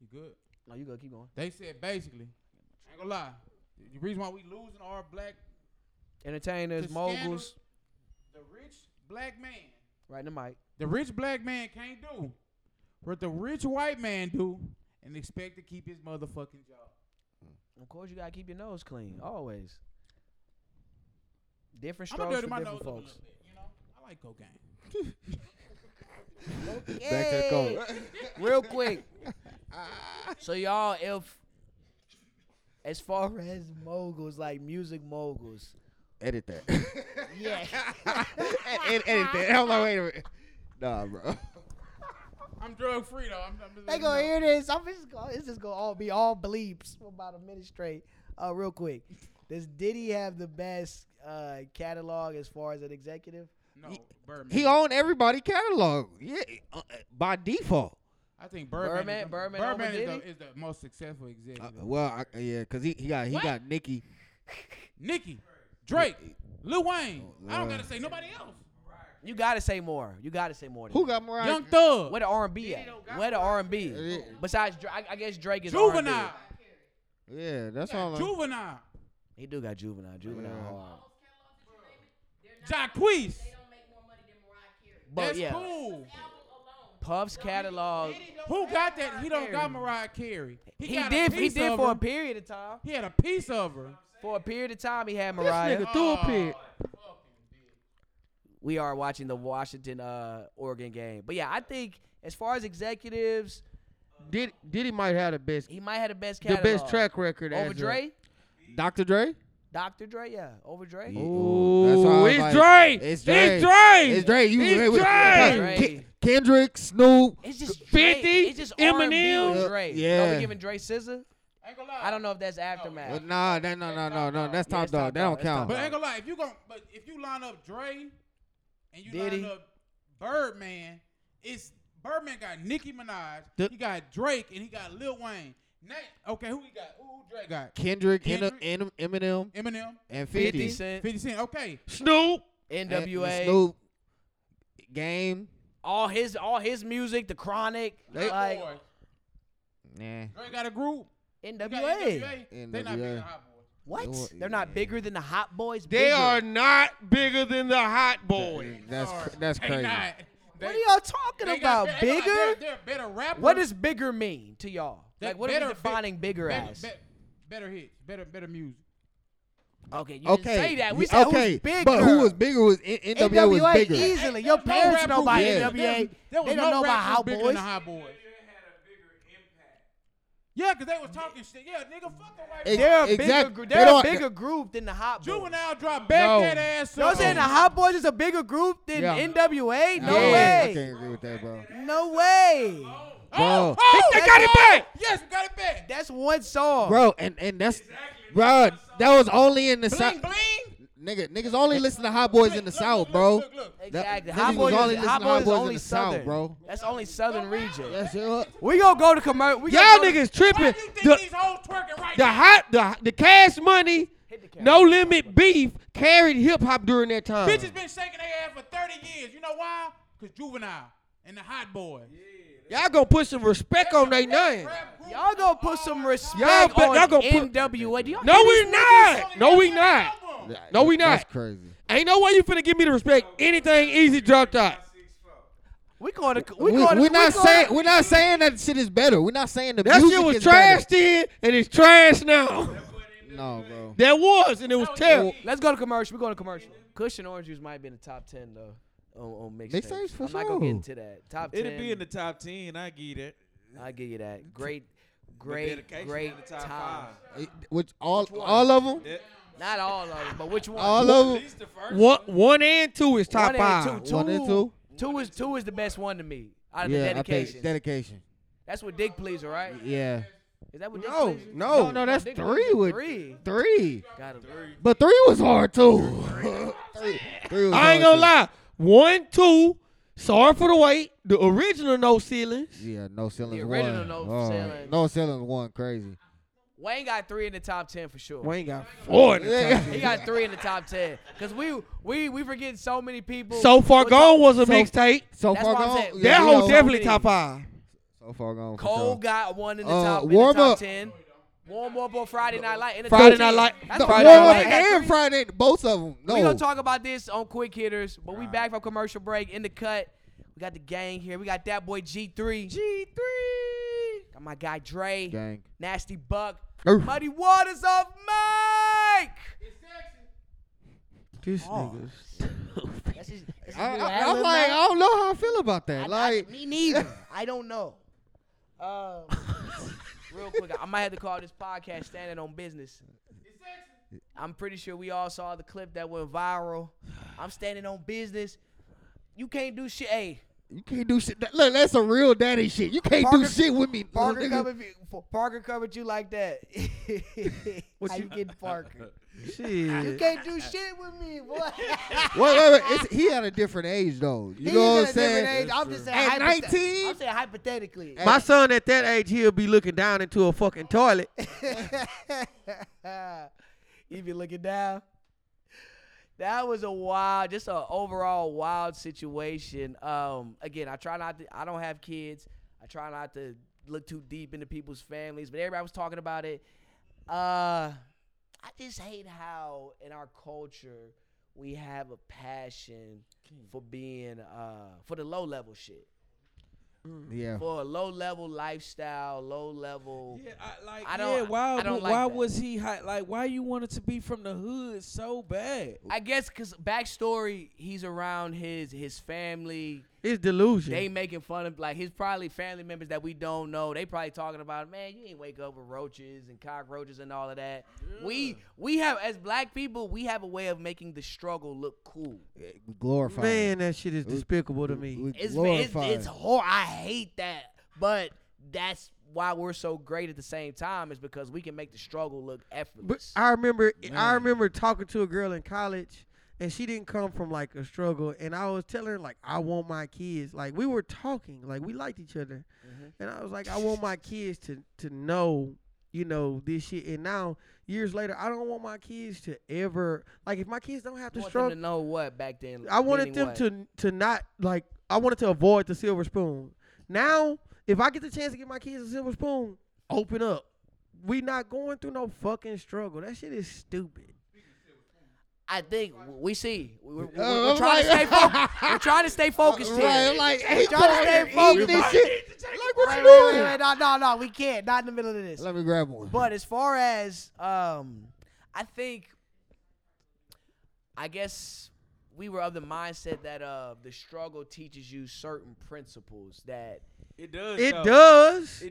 S3: "You good?"
S2: No, Oh, you go keep going.
S3: They said basically, I ain't gonna lie. The reason why we losing our black,
S2: Entertainers,
S3: The
S2: moguls,
S3: the rich black man,
S2: right in the mic.
S3: the rich black man can't do what the rich white man do and expect to keep his motherfucking job.
S2: Of course, you gotta keep your nose clean always. Different
S3: I'm gonna
S2: strokes
S3: dirty
S2: for
S3: my nose
S2: different
S3: up a little
S2: folks.
S3: bit. You know, I like cocaine.
S1: Back to the coat.
S2: real quick. so y'all, if as far as moguls, like music moguls,
S1: Edit that.
S7: Yeah.
S1: edit, edit that. I'm like, wait a minute. Nah, bro.
S3: I'm drug free though. I'm, I'm just
S7: They
S3: letting
S7: gonna
S3: you know.
S7: hear this. I'm just gonna it's just gonna all be all bleeps for about a minute straight. Uh, real quick, does Diddy have the best uh, catalog as far as an executive?
S3: No, Birdman.
S1: He own everybody catalog. Yeah, uh, uh, by default.
S3: I think Birdman.
S2: Birdman-
S3: is the,
S2: Birdman over
S3: is,
S2: Diddy?
S3: the, is the most successful
S1: Uh,
S3: executive.
S1: well, I, yeah, cause he, he got he
S3: What?
S1: got Nicki.
S3: Nicki, Drake, Lil Wayne. I
S1: Lil
S3: don't
S1: Wayne.
S3: gotta say nobody else.
S2: you gotta say more. You gotta say more. than
S1: Who
S2: that.
S1: got Mariah?
S3: Young Thug,
S2: Where the R and B at? Where the R and B?
S1: Yeah.
S2: Besides, Dra- I, I guess Drake is
S3: Juvenile,
S2: R&B.
S1: Yeah, that's all. I'm,
S3: Juvenile,
S2: He do got juvenile, juvenile.
S1: Yeah.
S2: hard.
S3: Jacquees.
S2: But
S3: That's
S2: yeah,
S3: cool.
S2: Puff's catalog.
S3: Who got that? He don't got Mariah Carey. He,
S2: He
S3: got
S2: did.
S3: A
S2: He
S3: piece
S2: did
S3: of
S2: for
S3: her.
S2: a period of time.
S3: He had a piece of her.
S2: For a period of time, he had
S5: This
S2: Mariah.
S5: nigga threw a pig.
S2: we are watching the Washington uh Oregon game. But yeah, I think as far as executives,
S5: Diddy, Diddy might have the best,
S2: he might have the best
S5: the
S2: catalog.
S5: best track record. as
S2: over
S5: a-
S2: Dre,
S1: Dr. Dre.
S2: Dr. Dre, yeah, over Dre.
S1: Yeah,
S5: Ooh,
S1: that's why I was
S5: it's
S1: like,
S5: Dre.
S1: It's
S5: It's
S1: Dre.
S5: Dre.
S1: It's Dre. You
S5: It's
S1: hey, what-
S5: Dre.
S1: Ken- Ken- Kendrick, Snoop.
S2: It's just
S5: 50,
S2: Dre. It's just Eminem.
S5: Eminem.
S2: With Dre.
S1: Yeah.
S2: Yeah, we giving Dre SZA.
S3: I ain't gonna lie.
S2: I don't know if that's aftermath.
S1: Well, nah, that, no, no, no, no. That's
S2: Yeah,
S1: top
S2: it's Top
S1: dog. That don't
S2: Dog. It's Top
S1: count.
S3: But I ain't gonna lie. If you gon' but if you line up Dre, and you
S2: Diddy.
S3: line up Birdman, it's Birdman got Nicki Minaj.
S1: The-
S3: he got Drake, and he got Lil Wayne. Now, okay, who he got? Who, who Drake got?
S1: Kendrick, and
S3: Kendrick.
S1: and Eminem,
S3: Eminem,
S1: and 50.
S2: 50 Cent,
S3: Fifty Cent. Okay,
S5: Snoop.
S1: and
S2: NWA,
S1: Snoop. Game.
S2: all his all his music, the Chronic,
S3: They,
S2: like
S3: boy,
S1: Nah.
S3: Drake got a group. You got
S2: NWA.
S3: NWA, They not big
S1: NWA.
S3: on Hot Boys.
S2: What?
S1: Well,
S2: They're not
S1: yeah.
S2: bigger than the Hot Boys.
S5: They
S2: bigger.
S5: are not bigger than the Hot Boys.
S1: That- That's
S3: Sorry.
S1: cr- that's
S3: They
S1: crazy.
S3: not. They-
S2: What are y'all talking
S3: they got
S2: about?
S3: be- they
S2: bigger?
S3: got- They're, they're better rappers.
S2: what does bigger mean to y'all?
S3: They
S2: like, what are
S3: better
S2: we
S3: big-
S2: defining bigger
S3: better,
S2: as?
S3: be- better hits, better better music.
S2: okay, you
S1: Okay.
S2: didn't say that. We
S1: you-
S2: said
S1: okay.
S2: who's bigger.
S1: But who was bigger was N- NWA, was
S2: NWA
S1: bigger.
S2: easily.
S3: Ain't-
S2: Your
S3: ain't no
S2: parents
S3: rap
S2: know
S3: group
S2: about
S1: bigger than
S2: NWA.
S3: them. There was
S2: They
S3: no
S2: don't know about
S3: rap group
S2: Hot
S3: bigger
S2: Boys.
S3: Than the hot boys. Yeah, because they was talking shit. Yeah, nigga, fuck the white
S1: Ex-
S3: boys.
S2: They're a bigger,
S1: Exact-
S2: gr-
S1: they
S2: they're a
S1: don't-
S2: bigger group than the Hot Boys.
S3: Juvenile dropped back
S5: No.
S3: that ass
S2: Y'all
S3: up.
S2: saying the Hot Boys is a bigger group than
S1: Yeah.
S2: NWA? No
S1: Yeah,
S2: way.
S1: I can't agree with that, bro.
S2: No way.
S1: Bro,
S3: oh,
S5: They got it back.
S3: Yes, we got it back.
S2: That's one song.
S1: bro, and and that's bro. That was only in the
S3: Bling,
S1: south,
S3: bling.
S1: nigga. Niggas only listen to Hot Boys in the
S3: Look,
S1: south,
S3: look,
S1: bro.
S3: Look, look, look.
S2: Exactly.
S1: niggas
S2: Hot
S1: was
S2: Boys, is-
S1: only listening
S2: Hot
S1: to
S2: Boys
S1: Hot
S2: is
S1: Boys in
S2: only
S1: the South,
S2: southern.
S1: bro.
S2: That's only southern region.
S1: That's it.
S2: We gonna go to commercial. We
S5: Y'all
S2: gonna go
S5: niggas
S3: Why
S5: tripping.
S3: do you think
S5: The,
S3: these hoes twerking right
S5: the
S3: now?
S5: hot the the cash money, no limit beef carried hip hop during that time.
S3: Bitches been shaking their ass for 30 years. You know why? Because Juvenile and the Hot Boys.
S5: Y'all gonna put some respect on their name.
S2: To, y'all gonna put some respect
S5: Y'all bet-
S2: on
S5: y'all gonna put-
S2: NWA. Do y'all
S5: No,
S2: hear
S5: we
S2: these niggas?
S5: not. No, we not. No, we not.
S1: That's crazy.
S5: Ain't no way you finna give me the respect. Anything easy dropped out.
S2: We going to.
S1: We,
S2: We going to.
S1: we're not
S2: going
S1: saying we're not saying that shit is better. We're not saying the
S5: That
S1: music
S5: shit was
S1: is
S5: trash
S1: better.
S5: then, and it's trash now.
S1: No, bro.
S5: That was, and it was terrible.
S2: Let's go to commercial. We're going to commercial. Cushion orange juice might be in the top ten though. On, on mixtapes.
S1: Mixtapes, for
S2: I'm not gonna get
S1: sure.
S2: into that. Top ten.
S6: It'd be in the top ten. I get it.
S2: I give you that. Great, great,
S6: dedication
S2: great
S6: in the top
S2: time.
S1: It- Which all all of them,
S6: That,
S2: Not all of them, but which one?
S1: all
S6: at
S1: of them.
S6: least the first
S5: One, one and two is
S2: One
S5: top
S2: and
S5: five.
S2: Two,
S1: One and two.
S2: Two is two is the best one to me. Out of
S1: Yeah,
S2: the
S1: I
S2: dedication.
S1: think dedication.
S2: That's what Dick Pleaser, right?
S1: Yeah.
S2: Is that what Dick
S5: No,
S2: Pleaser?
S5: no,
S1: No, no, that's
S2: Dick
S1: three
S2: Pleaser,
S1: with
S2: three.
S1: three.
S2: Got him.
S1: But three was hard too. three, three was
S5: I ain't
S1: hard,
S5: gonna lie. One, two. Sorry for the wait. The original no ceilings.
S1: too. Yeah, no ceilings
S2: The
S1: one.
S2: original No
S1: Oh,
S2: Ceilings.
S1: No ceilings one crazy.
S2: Wayne got three in the top ten for sure.
S5: Wayne got four. In the top
S2: He got three in the top ten. Cause we we we forgetting so many people.
S5: So far
S2: We're
S5: gone
S2: talking-
S5: was a
S1: So-
S5: mixtape.
S1: So
S2: That's
S1: far
S2: what I'm
S1: gone.
S2: saying.
S1: yeah,
S5: That
S1: we
S5: whole
S1: all-
S5: definitely top five.
S1: So far gone. for
S2: Cole
S1: sure.
S2: got one in the
S1: Uh,
S2: top in the
S1: warm
S2: top
S1: up.
S2: ten. Warm up on Friday Night Light. in the
S5: Friday
S2: top
S5: Night
S2: 10.
S5: Light.
S2: That's
S1: No,
S2: what
S5: Friday
S1: Warm
S5: Night
S1: Up
S2: Wayne got three.
S1: and Friday, both of them. No.
S2: We're gonna talk about this on Quick Hitters, but we back from commercial break in the cut. We got the gang here. We got that boy G3. G3. Got my guy Dre.
S1: Gang.
S2: Nasty Buck.
S1: Oof.
S2: Muddy Waters off Mike.
S5: This nigga's
S7: That's his, that's his
S1: I,
S7: little
S1: I, am
S7: ad-lib
S1: like,
S7: now.
S1: I don't know how I feel about that.
S7: I- I-
S1: like,
S7: me neither. I don't know. Um,
S2: Real quick, I might have to call this podcast "Standing on Business." I'm pretty sure we all saw the clip that went viral. I'm standing on business. You can't do shit. Hey,
S1: you can't do shit. That, look, that's a real daddy shit. You can't do
S2: Parker-
S1: shit with me, little
S2: Parker
S1: nigga.
S2: covered you. Parker covered you like that.
S7: what you getting Parker?
S5: shit.
S7: You can't do shit with me, boy.
S1: Wait, wait, wait. It's, he at a different age though. You
S7: He's
S1: know
S7: at
S1: what
S7: a
S1: I'm
S7: different
S1: saying?
S7: age. I'm just saying.
S1: At
S7: hypothet-
S1: 19?
S7: I'm saying hypothetically.
S5: My son at that age, he'll be looking down into a fucking toilet.
S2: you be looking down. That was a wild, just a overall wild situation. Um, again, I try not to. I don't have kids. I try not to look too deep into people's families, but everybody was talking about it. Uh, I just hate how in our culture we have a passion for being uh for the low level shit,
S1: Yeah.
S2: for a low level lifestyle, low level.
S6: Yeah, I, like,
S2: I don't-
S6: yeah, why,
S2: I don't
S6: would-
S2: like
S6: why
S2: that.
S6: was he hot? Like, why you wanted to be from the hood so bad?
S2: I guess because backstory, he's around his his family.
S5: It's delusion.
S2: They making fun of like his probably family members that we don't know. They probably talking about, man, you ain't wake up with roaches and cockroaches and all of that. We we have as black people, we have a way of making the struggle look cool.
S1: We glorify.
S5: Man, that shit is
S1: We-
S5: despicable to
S1: We
S5: me.
S2: It's it's,
S1: glorify.
S2: it's horrible. I hate that, but that's why we're so great at the same time is because we can make the struggle look
S5: But
S2: effortless.
S5: I remember, I remember talking to a girl in college, and she didn't come from like a struggle, and I was telling her like, I want my kids. Like we were talking, like we liked each other, and I was like, I want my kids to to know, you know, this shit. And now years later, I don't want my kids to ever like if my kids don't have to
S2: You want them
S5: struggle.
S2: to know what back then.
S5: I wanted
S2: meaning
S5: them
S2: what?
S5: to to not like I wanted to avoid the silver spoon. Now, if I get the chance to get my kids a silver spoon, open up. we not going through no fucking struggle. That shit is stupid.
S2: I think we see. We're, we're-
S1: Oh,
S2: we're
S1: I'm
S2: trying
S1: like-
S2: to stay focused. we're trying to stay focused here.
S1: Right, I'm like, hey,
S2: Trying to stay
S1: boy, eat this
S2: focused.
S1: shit. Like, what
S2: Wait,
S1: you
S2: wait, wait,
S1: doing?
S2: wait, no, no, no. We can't. Not in the middle of this.
S1: Let me grab one.
S2: But as far as um, I think, I guess we were of the mindset that uh, the struggle teaches you certain principles that
S3: It does.
S5: It
S3: though.
S5: does. It,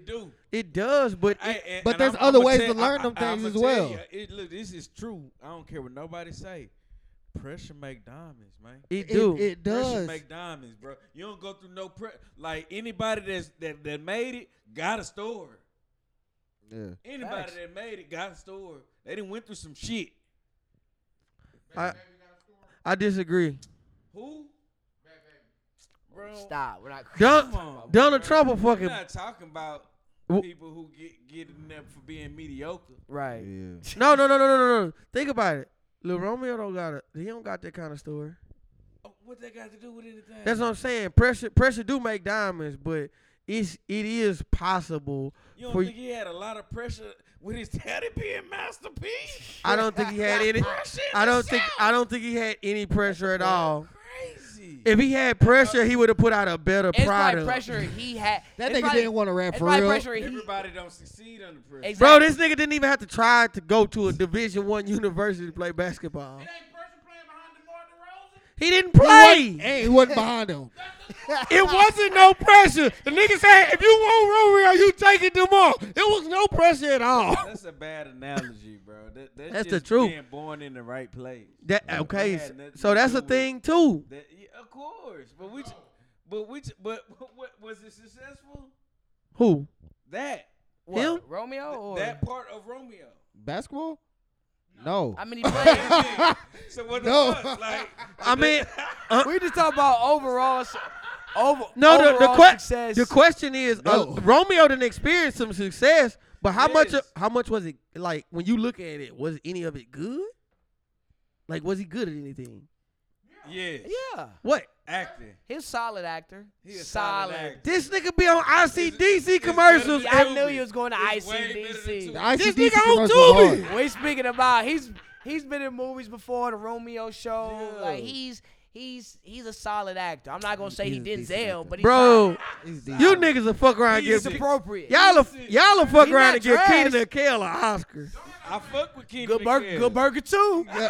S3: It do.
S5: does. But
S3: Hey,
S5: it-
S3: and-
S1: But
S3: and
S1: there's
S3: I'm-
S1: other
S3: I'ma
S1: ways
S3: tell-
S1: to learn
S3: I-
S1: them
S3: I- I'ma
S1: things as
S3: tell
S1: well.
S3: you, it, look, this is true. I don't care what nobody say. Pressure make diamonds, man.
S5: it,
S1: It-
S5: do.
S1: It,
S3: Pressure
S1: does.
S3: make diamonds, bro. You don't go through no pressure. Like anybody that's that, that made it got a story.
S1: Yeah.
S3: Anybody
S2: Facts.
S3: that made it got a story. They didn't went through some shit.
S5: I, I disagree.
S3: Who? Bro,
S2: stop. We're not.
S5: Don,
S3: Come on,
S5: Donald
S3: bro.
S5: Trump will
S3: I'm
S5: fucking.
S3: not talking about
S5: Wh-
S3: people who get getting up for being mediocre.
S2: Right.
S1: Yeah.
S5: No, no, no, no, no, no, no. Think about it. Lil Romeo don't got it. He don't got that kind of story.
S3: Oh, What that got to do with anything?
S5: That's what I'm saying. Pressure, pressure do make diamonds, but it's it is possible.
S3: You don't
S5: for-
S3: think he had a lot of pressure with his daddy being Master P?
S5: I don't think he had any.
S3: Pressure in
S5: I
S3: the
S5: don't think I
S3: shower?
S5: don't think he had any pressure at all.
S3: Crazy.
S5: If he had pressure, he would have put out a better
S2: It's probably
S5: product.
S2: pressure he had.
S1: That
S2: it's
S1: nigga
S2: probably-
S1: didn't want to rap
S2: it's
S1: for
S2: probably
S1: real.
S2: pressure he.
S3: Everybody don't succeed under pressure.
S2: Exactly.
S5: Bro, this nigga didn't even have to try to go to a Division One university to play basketball.
S8: ain't pressure playing behind DeMar DeRozan.
S5: He didn't play.
S1: Hey, he wasn't behind him.
S5: It wasn't no pressure. The nigga said, if you want Romeo, you taking them all. It was no pressure at all.
S3: That's a bad analogy, bro. That, that's
S5: That's the
S3: just
S5: truth.
S3: Being born in the right place.
S5: That
S3: Yeah,
S5: okay.
S3: that-
S5: so-
S3: that-
S5: so that's a
S3: that-
S5: thing too.
S3: That, yeah, of course, but we, t- but we, t- but, but what, was it successful?
S5: Who?
S3: That
S2: What,
S5: Him?
S2: Romeo or
S3: that part of Romeo.
S1: Basketball? No.
S2: I mean, he played.
S3: so what
S1: No.
S3: the fuck? Like,
S5: I mean,
S2: we just talk about overall. s- Over,
S5: no. The, the,
S2: overall
S5: que-
S2: success.
S5: the question is,
S1: No.
S5: uh, Romeo didn't experience some success, but how much?
S3: Yes.
S5: of- how much was it? Like when you look at it, was any of it good? Like was he good at anything?
S3: yes,
S2: yeah,
S5: What?
S3: acting.
S2: he's solid actor.
S3: He a solid actor.
S5: This nigga be on ICDC
S3: it's
S5: commercials.
S3: better
S2: Yeah, I
S3: Stupid.
S2: knew you was going to
S3: It's way better than two.
S2: ICDC.
S1: I
S5: This
S1: ICDC
S5: nigga on
S1: commercials
S5: Tubi.
S1: hard.
S2: We're speaking about he's he's been in movies before, the Romeo show.
S3: Yeah.
S2: Like he's he's he's a solid actor. I'm not gonna say he
S1: He's a decent
S2: Denzel,
S1: actor.
S2: but he's
S5: Bro,
S2: not-
S1: He's
S5: you
S1: decent.
S5: niggas a fuck around and
S3: He's
S5: get
S2: he's
S3: a-
S2: appropriate.
S5: y'all a y'all a fuck
S2: He
S5: around
S2: not
S5: and give
S2: trash.
S5: Keenan and Kel an Oscar.
S3: I fuck with Kenny.
S2: Good burger,
S3: Miguel.
S2: good burger too.
S1: We're,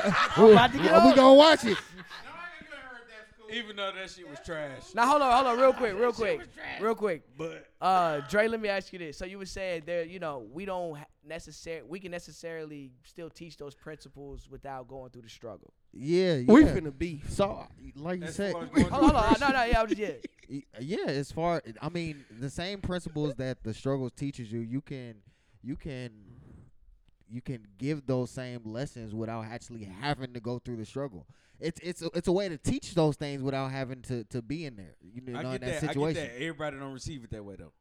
S2: about to get
S1: we
S2: up.
S1: gonna watch it.
S8: No, I ain't gonna hurt that school.
S3: Even though that shit was trash,
S2: Now hold on, hold on, real quick, real quick, real quick.
S3: but
S2: Uh, Dre, let me ask you this. So you were saying there, you know, we don't necessarily, we can necessarily still teach those principles without going through the struggle.
S1: Yeah, yeah.
S5: We finna beef.
S1: so, like you
S3: That's
S1: said,
S3: what I'm going
S2: Hold on, hold on, no, no, yeah, I'm just, yeah.
S1: Y- E, yeah as far i mean the same principles that the struggles teaches you you can you can you can give those same lessons without actually having to go through the struggle it's it's a, it's a way to teach those things without having to to be in there you know
S3: I
S1: in
S3: get
S1: that,
S3: that. I
S1: situation
S3: get that. Everybody don't receive it that way though.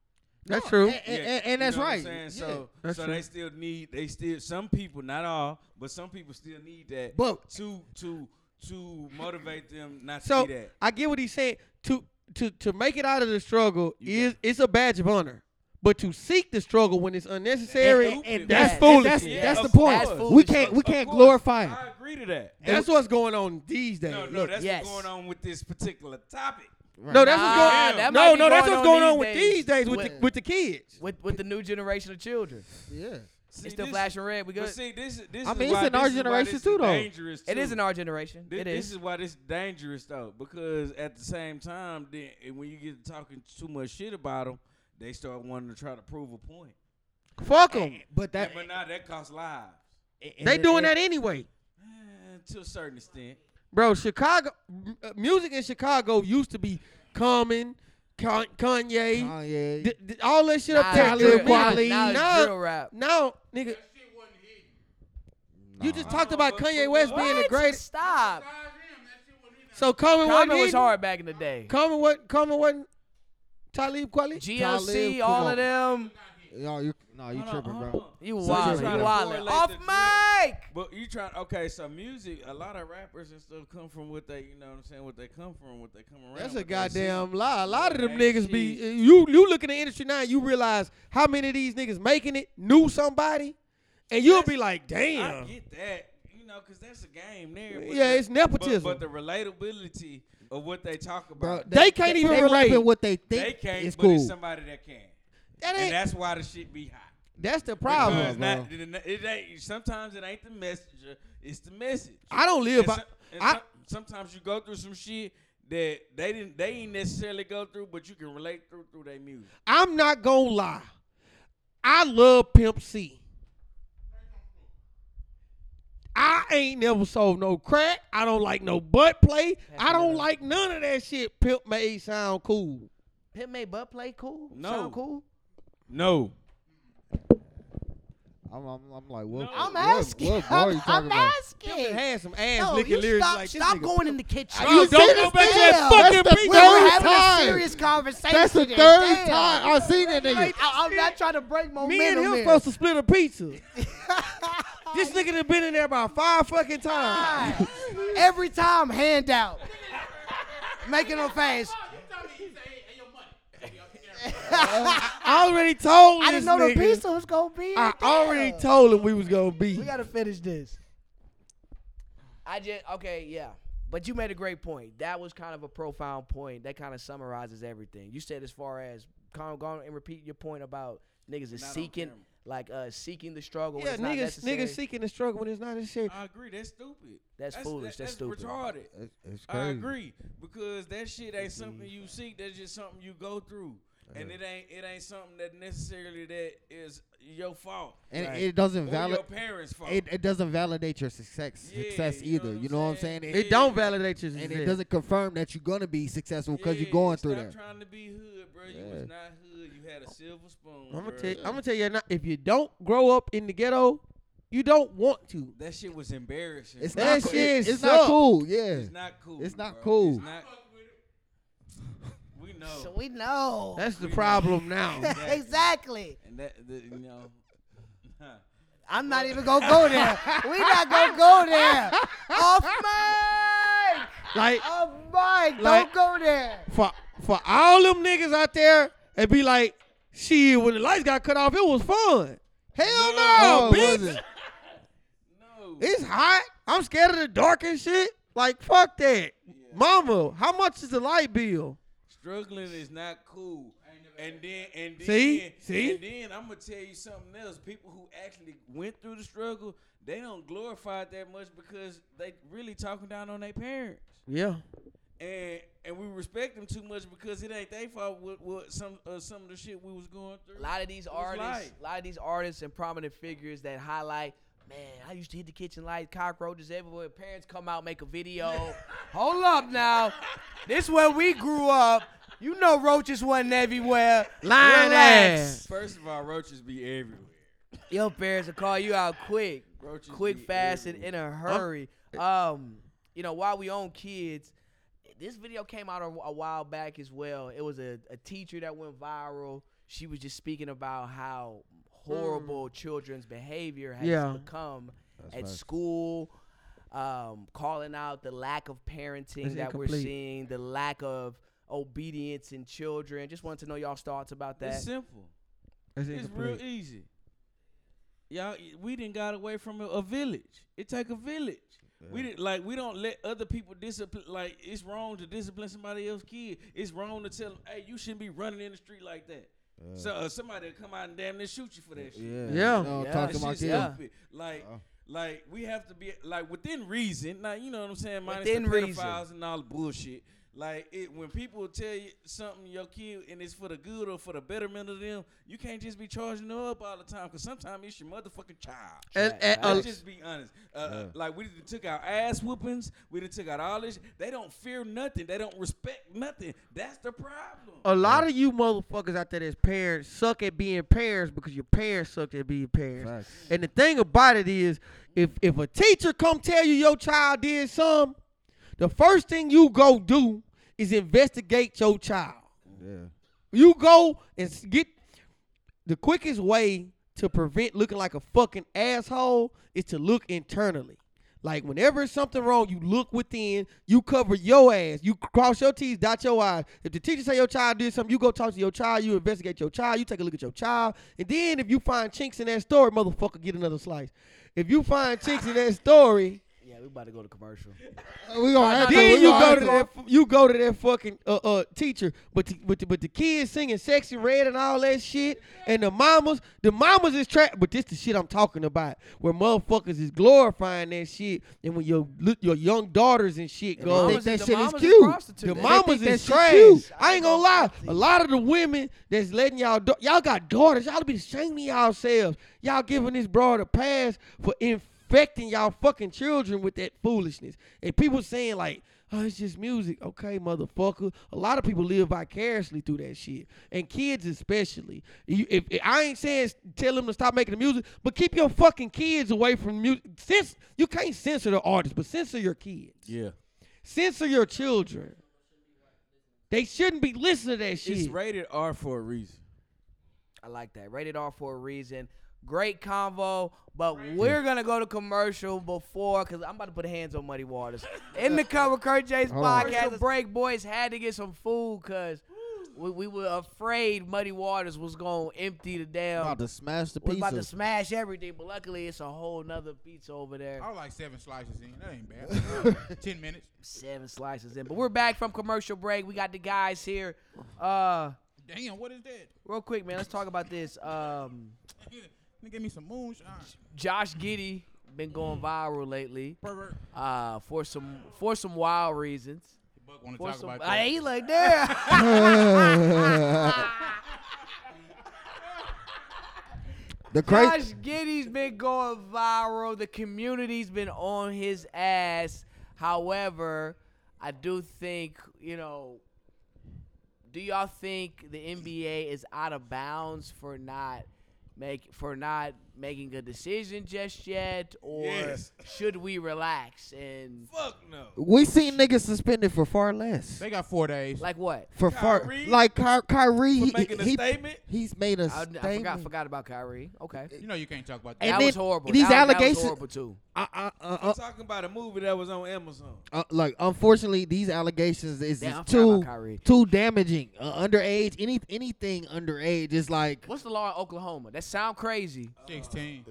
S5: That's true.
S1: and, and- and- and that's
S3: you know
S1: right
S3: What I'm saying?
S1: Yeah.
S3: So,
S5: That's
S3: so
S5: true.
S3: they still need. They still some people, not all, but some people still need that.
S1: But-
S3: to to to motivate them not
S5: So
S3: to do that.
S5: I get what he's saying. To to to make it out of the struggle is it's a badge of honor. But to seek the struggle when it's unnecessary,
S3: And- and- and
S1: that's
S2: Yeah,
S1: foolish.
S5: That's,
S1: That's,
S3: yeah,
S1: that's
S3: of
S1: the point.
S2: course. That's
S1: we
S2: foolish.
S1: can't we
S3: Of
S1: can't
S3: course,
S1: glorify it.
S3: I agree to that.
S5: that's what's going on these days.
S3: No,
S5: No,
S3: no, that's
S2: yes.
S3: what's going on with this particular topic.
S2: Nah,
S5: that's what's going.
S2: that might
S5: no,
S2: be
S5: no, that's
S2: going
S5: what's
S2: on
S5: going
S2: these
S5: on with
S2: days.
S5: these days with the,
S2: Well-
S5: with the kids.
S2: With with the new generation of children,
S1: Yeah.
S3: See,
S2: it's still
S3: this-
S2: flashing red. We
S3: But
S2: good.
S3: see, this is this
S1: I
S3: is
S1: mean, it's
S3: why
S1: in our
S3: this is why
S1: generation
S3: this is
S1: too, though.
S3: dangerous,
S2: It
S3: too.
S2: is in our generation.
S3: Thi-
S2: it
S3: this
S2: is.
S3: is why this is dangerous though, because at the same time, then and when you get to talking too much shit about them, they start wanting to try to prove a point.
S5: Fuck them.
S1: But that
S3: But now that costs lives
S1: and
S5: They
S1: it-
S5: doing
S1: it-
S5: that anyway,
S3: Eh, to a certain extent.
S5: bro. Chicago m- uh, music in Chicago used to be Common, Con- Kanye,
S1: Kanye.
S5: th- th- all that shit up
S2: Nah,
S5: there.
S2: it's
S1: Talib
S2: drill-
S1: Kweli.
S2: Now it's
S5: Nah.
S2: drill rap.
S5: No, nigga,
S8: That shit wasn't hitting.
S5: you
S1: Nah.
S5: just talked about Kanye West being the
S2: What?
S5: greatest.
S2: Stop.
S8: Besides him, that shit wasn't hitting.
S5: So Common wasn't
S2: Common was
S5: hitting?
S2: hard back in the day.
S5: Common what? Common wasn't Talib Kweli?
S2: GLC,
S1: Talib,
S2: all
S1: come
S2: of them.
S1: No, you no, you
S3: Hold on,
S1: tripping,
S3: hold
S1: bro.
S3: on.
S2: You
S3: So
S2: wild.
S3: trying
S2: You
S3: to
S2: wild.
S3: correlate
S2: Off
S3: the-
S2: mic.
S3: But you trying okay, so music, a lot of rappers and stuff come from what they you know what I'm saying, what they come from, what they come around.
S5: That's a
S3: what they see.
S5: goddamn lie. A lot of them
S3: Ain't
S5: niggas be
S3: shit.
S5: you you look in the industry now, you realize how many of these niggas making it knew somebody, and you'll be like,
S3: I
S5: damn.
S3: get that, you know, because that's a game there.
S5: Yeah,
S3: the-
S5: it's nepotism.
S3: But, but the relatability of what they talk
S1: Bro,
S3: about,
S5: They can't even
S1: they
S5: relate.
S1: rapping what they think.
S3: they can't,
S1: is
S3: but
S1: cool.
S3: it's somebody that can.
S5: That
S3: and
S5: ain't
S3: that's why the shit be hot.
S5: that's the
S3: Because
S5: problem.
S3: not, it ain't, sometimes it ain't the messenger, it's the message.
S5: I don't live
S3: And
S5: by
S3: some- and
S5: I
S3: some- sometimes you go through some shit that they didn't they ain't necessarily go through, but you can relate through through their music.
S5: I'm not gonna lie. I love Pimp C. I ain't never sold no crack. I don't like no butt play. I don't like none of that shit. Pimp made sound cool.
S2: Pimp made butt play cool.
S3: No.
S2: Sound cool.
S3: No.
S1: I'm, I'm, I'm like, what?
S7: I'm
S1: what-
S7: asking.
S1: What, bar you
S7: I'm,
S1: talking
S7: I'm
S1: about?
S5: Pimp done
S7: asking.
S5: had some ass
S7: No,
S5: licking
S7: you
S5: lyrics
S7: stop,
S5: like this.
S7: stop
S5: nigga.
S7: going in the kitchen.
S5: You don't go back to that
S7: Damn.
S5: fucking
S1: That's the
S5: beat.
S7: We're having a
S1: time.
S7: serious conversation.
S1: That's the
S7: today.
S1: third
S7: Damn.
S1: time I've seen that nigga.
S7: I, am not trying to break momentum.
S5: Me and him
S7: here.
S5: supposed to split a pizza. this nigga done been in there about five fucking times.
S7: Every time, handout. Making them face.
S5: I already told
S7: I
S5: this
S7: didn't know the
S5: nigga.
S7: pizza was gonna be.
S5: I
S7: Damn.
S5: already told him we was gonna be.
S7: We gotta finish this.
S2: I just okay, yeah. But you made a great point. That was kind of a profound point. That kind of summarizes everything. You said as far as con- go on and repeat your point about niggas is
S3: Not on
S2: seeking
S3: camera.
S2: like uh seeking the struggle. when
S5: yeah,
S2: it's not
S5: niggas,
S2: necessary.
S5: niggas seeking the struggle when it's not his shit.
S3: I agree. That's stupid.
S2: That's foolish, that's stupid.
S3: retarded.
S1: It's- It's
S3: I
S1: crazy.
S3: agree because that shit ain't something you seek. That's just something you go through, and it ain't it ain't something that necessarily that is your fault
S1: And
S5: Right.
S1: it doesn't
S3: or
S1: valid.
S3: your parents' fault.
S1: It, it doesn't validate your success
S3: Yeah,
S1: success
S3: you know
S1: either.
S3: what I'm
S1: You know what I'm
S3: saying?
S1: saying?
S5: It don't validate your
S1: and
S5: success.
S1: it doesn't confirm that you're gonna be successful because
S3: Yeah,
S1: you're going through
S3: stop
S1: there.
S3: trying to be hood, bro. You
S1: Yeah.
S3: was not hood. You had a silver spoon.
S5: I'm gonna
S3: bruh.
S5: tell. I'm gonna tell you now. If you don't grow up in the ghetto, you don't want to.
S3: That shit was embarrassing.
S1: It's
S3: bro.
S5: That
S1: not. cool.
S5: shit
S1: it's
S5: suck.
S1: not cool. Yeah.
S3: It's not cool.
S1: It's not
S3: bro.
S1: cool.
S3: It's not- we know.
S7: So we know.
S5: That's the
S3: We know.
S5: problem now.
S3: Exactly.
S7: exactly.
S3: and that, the, you know.
S7: I'm not even gonna go there. we not gonna go there. Off mic.
S5: like
S7: Off
S5: Like-
S7: mic. Don't go there.
S5: for for all them niggas out there, and be like, shit. When the lights got cut off, it was fun. Hell
S1: No,
S5: no,
S1: it
S5: bitch.
S1: wasn't.
S3: no.
S5: It's hot. I'm scared of the dark and shit. Like fuck that, mama. How much is the light bill?
S3: Struggling is not cool. And then, and then,
S5: See? See?
S3: and then I'm gonna tell you something else. People who actually went through the struggle, they don't glorify it that much because they really talking down on their parents,
S5: Yeah.
S3: and and we respect them too much because it ain't their fault what, what some uh, some of the shit we was going through.
S2: A lot of these
S3: It was
S2: artists,
S3: like-
S2: a lot of these artists and prominent figures that highlight, man, I used to hit the kitchen light, cockroaches everywhere. Parents come out, make a video. Hold up now, this where we grew up. You know roaches wasn't everywhere.
S5: Lying
S2: Relax.
S5: ass.
S3: First of all, roaches be everywhere.
S2: Your parents will call you out quick,
S3: Roaches
S2: quick,
S3: be
S2: fast, and
S3: everywhere.
S2: in a hurry. Um, you know, while we own kids, this video came out a, a while back as well. It was a, a teacher that went viral. She was just speaking about how horrible children's behavior has
S5: Hmm. Yeah.
S2: become at
S1: facts.
S2: school. Um, calling out the lack of parenting
S5: It's
S2: that we're
S5: incomplete.
S2: seeing, the lack of obedience in children. Just wanted to know y'all's thoughts about that.
S3: It's simple. It's real easy. Y'all, we didn't got away from a, a village. It take a village. We didn't like we don't let other people discipline. Like it's wrong to discipline somebody else's kid. It's wrong to tell them, hey, you shouldn't be running in the street like that. So uh, somebody will come out and damn near shoot you for that shit.
S1: Yeah.
S5: Yeah.
S1: You know,
S2: Yeah.
S1: Talk
S3: That
S1: to my
S3: shit's
S1: kid.
S2: yeah.
S3: stupid. Like,
S1: Oh.
S3: like we have to be like within reason. Now you know what I'm saying. Minus
S2: Within
S3: the
S2: reason.
S3: pedophiles and all the bullshit. Like it when people tell you something your kid and it's for the good or for the betterment of them, you can't just be charging them up all the time because sometimes it's your motherfucking child.
S5: And, and,
S3: Let's
S5: uh,
S3: just be honest. Uh, uh, Like we done took our ass whoopings, we done took out all this. They don't fear nothing. They don't respect nothing. That's the problem.
S2: Oh.
S5: a lot of you motherfuckers out there that's parents suck at being parents because your parents sucked at being parents.
S1: Facts.
S5: And the thing about it is, if if a teacher come tell you your child did something, the first thing you go do is investigate your child.
S1: Yeah.
S5: You go and s- get the quickest way to prevent looking like a fucking asshole is to look internally. Like whenever it's something wrong, you look within, you cover your ass, you cross your T's, dot your I's. If the teacher say your child did something, you go talk to your child, you investigate your child, you take a look at your child, and then if you find chinks in that story, motherfucker, get another slice. If you find chinks in that story,
S2: Yeah, we about to go to commercial.
S1: we gonna have to.
S5: then
S1: we
S5: you
S1: gonna
S5: go
S1: have
S5: to that you go to that fucking uh, uh teacher, but the, but the, but the kids singing sexy red and all that shit, and the mamas, the mamas is trapped. But this the shit I'm talking about, where motherfuckers is glorifying that shit, and when your lit- your young daughters and shit go,
S1: think that
S2: the
S1: shit is
S2: mamas
S1: cute.
S5: the
S2: prostitutes.
S5: mamas
S1: think
S5: is
S1: that shit
S5: trash.
S1: cute.
S5: I ain't gonna lie. A lot of the women that's letting y'all da- y'all got daughters. Y'all be ashamed of yourselves. Y'all giving this broad a pass for infecting y'all fucking children with that foolishness. And people saying like, "Oh, it's just music." Okay, motherfucker. A lot of people live vicariously through that shit, and kids especially. You, if, if- I ain't saying s- tell them to stop making the music, but keep your fucking kids away from music. Since you can't censor the artist, but censor your kids
S6: Yeah.
S5: censor your children. They shouldn't be listening to that shit.
S6: It's rated R for a reason.
S2: I like that. Rated R for a reason. Great convo, but we're gonna go to commercial before because I'm about to put hands on muddy waters. In the cover, Kurt J's
S1: Hold on.
S2: podcast break, boys had to get some food because we, we were afraid muddy waters was gonna empty the damn.
S1: About to smash the
S2: we
S1: pizza.
S2: about to smash everything, but luckily it's a whole nother pizza over there.
S3: I was like seven slices in. That ain't bad. Ten minutes.
S2: Seven slices in, but we're back from commercial break. We got the guys here. Uh,
S3: Damn, what is that?
S2: real quick, man, let's talk about this. Um.
S3: They give me some moonshine.
S2: Josh Giddy been going viral lately
S3: Pervert.
S2: uh, for some for some wild reasons.
S3: Buck want to
S2: For
S3: talk
S2: some,
S3: about
S2: I
S3: that.
S2: ain't like that.
S1: the crazy.
S2: Josh Giddy's been going viral. The community's been on his ass. However, I do think you know. Do y'all think the NBA is out of bounds for not make for not making a decision just yet, or
S3: Yes.
S2: should we relax and
S6: Fuck no.
S1: We seen niggas suspended for far less.
S3: They got four days.
S2: like what?
S1: for far
S6: Kyrie?
S1: like Ky- Kyrie
S6: For
S1: he,
S6: making a
S1: he-
S6: statement?
S1: He's made a
S2: I,
S1: statement.
S2: I forgot forgot about Kyrie. Okay.
S3: you know you can't talk about that.
S1: And
S2: that
S1: then
S2: was horrible.
S1: these
S2: That- that was
S1: allegations-
S2: horrible too.
S1: I- I- uh,
S6: I'm
S1: uh,
S6: talking about a movie that was on Amazon.
S1: uh, like unfortunately, these allegations is,
S2: Damn,
S1: is
S2: I forgot
S1: too
S2: about Kyrie.
S1: too damaging. Uh, underage, any anything underage is like
S2: What's the law in Oklahoma? That sound crazy.
S3: Sixteen.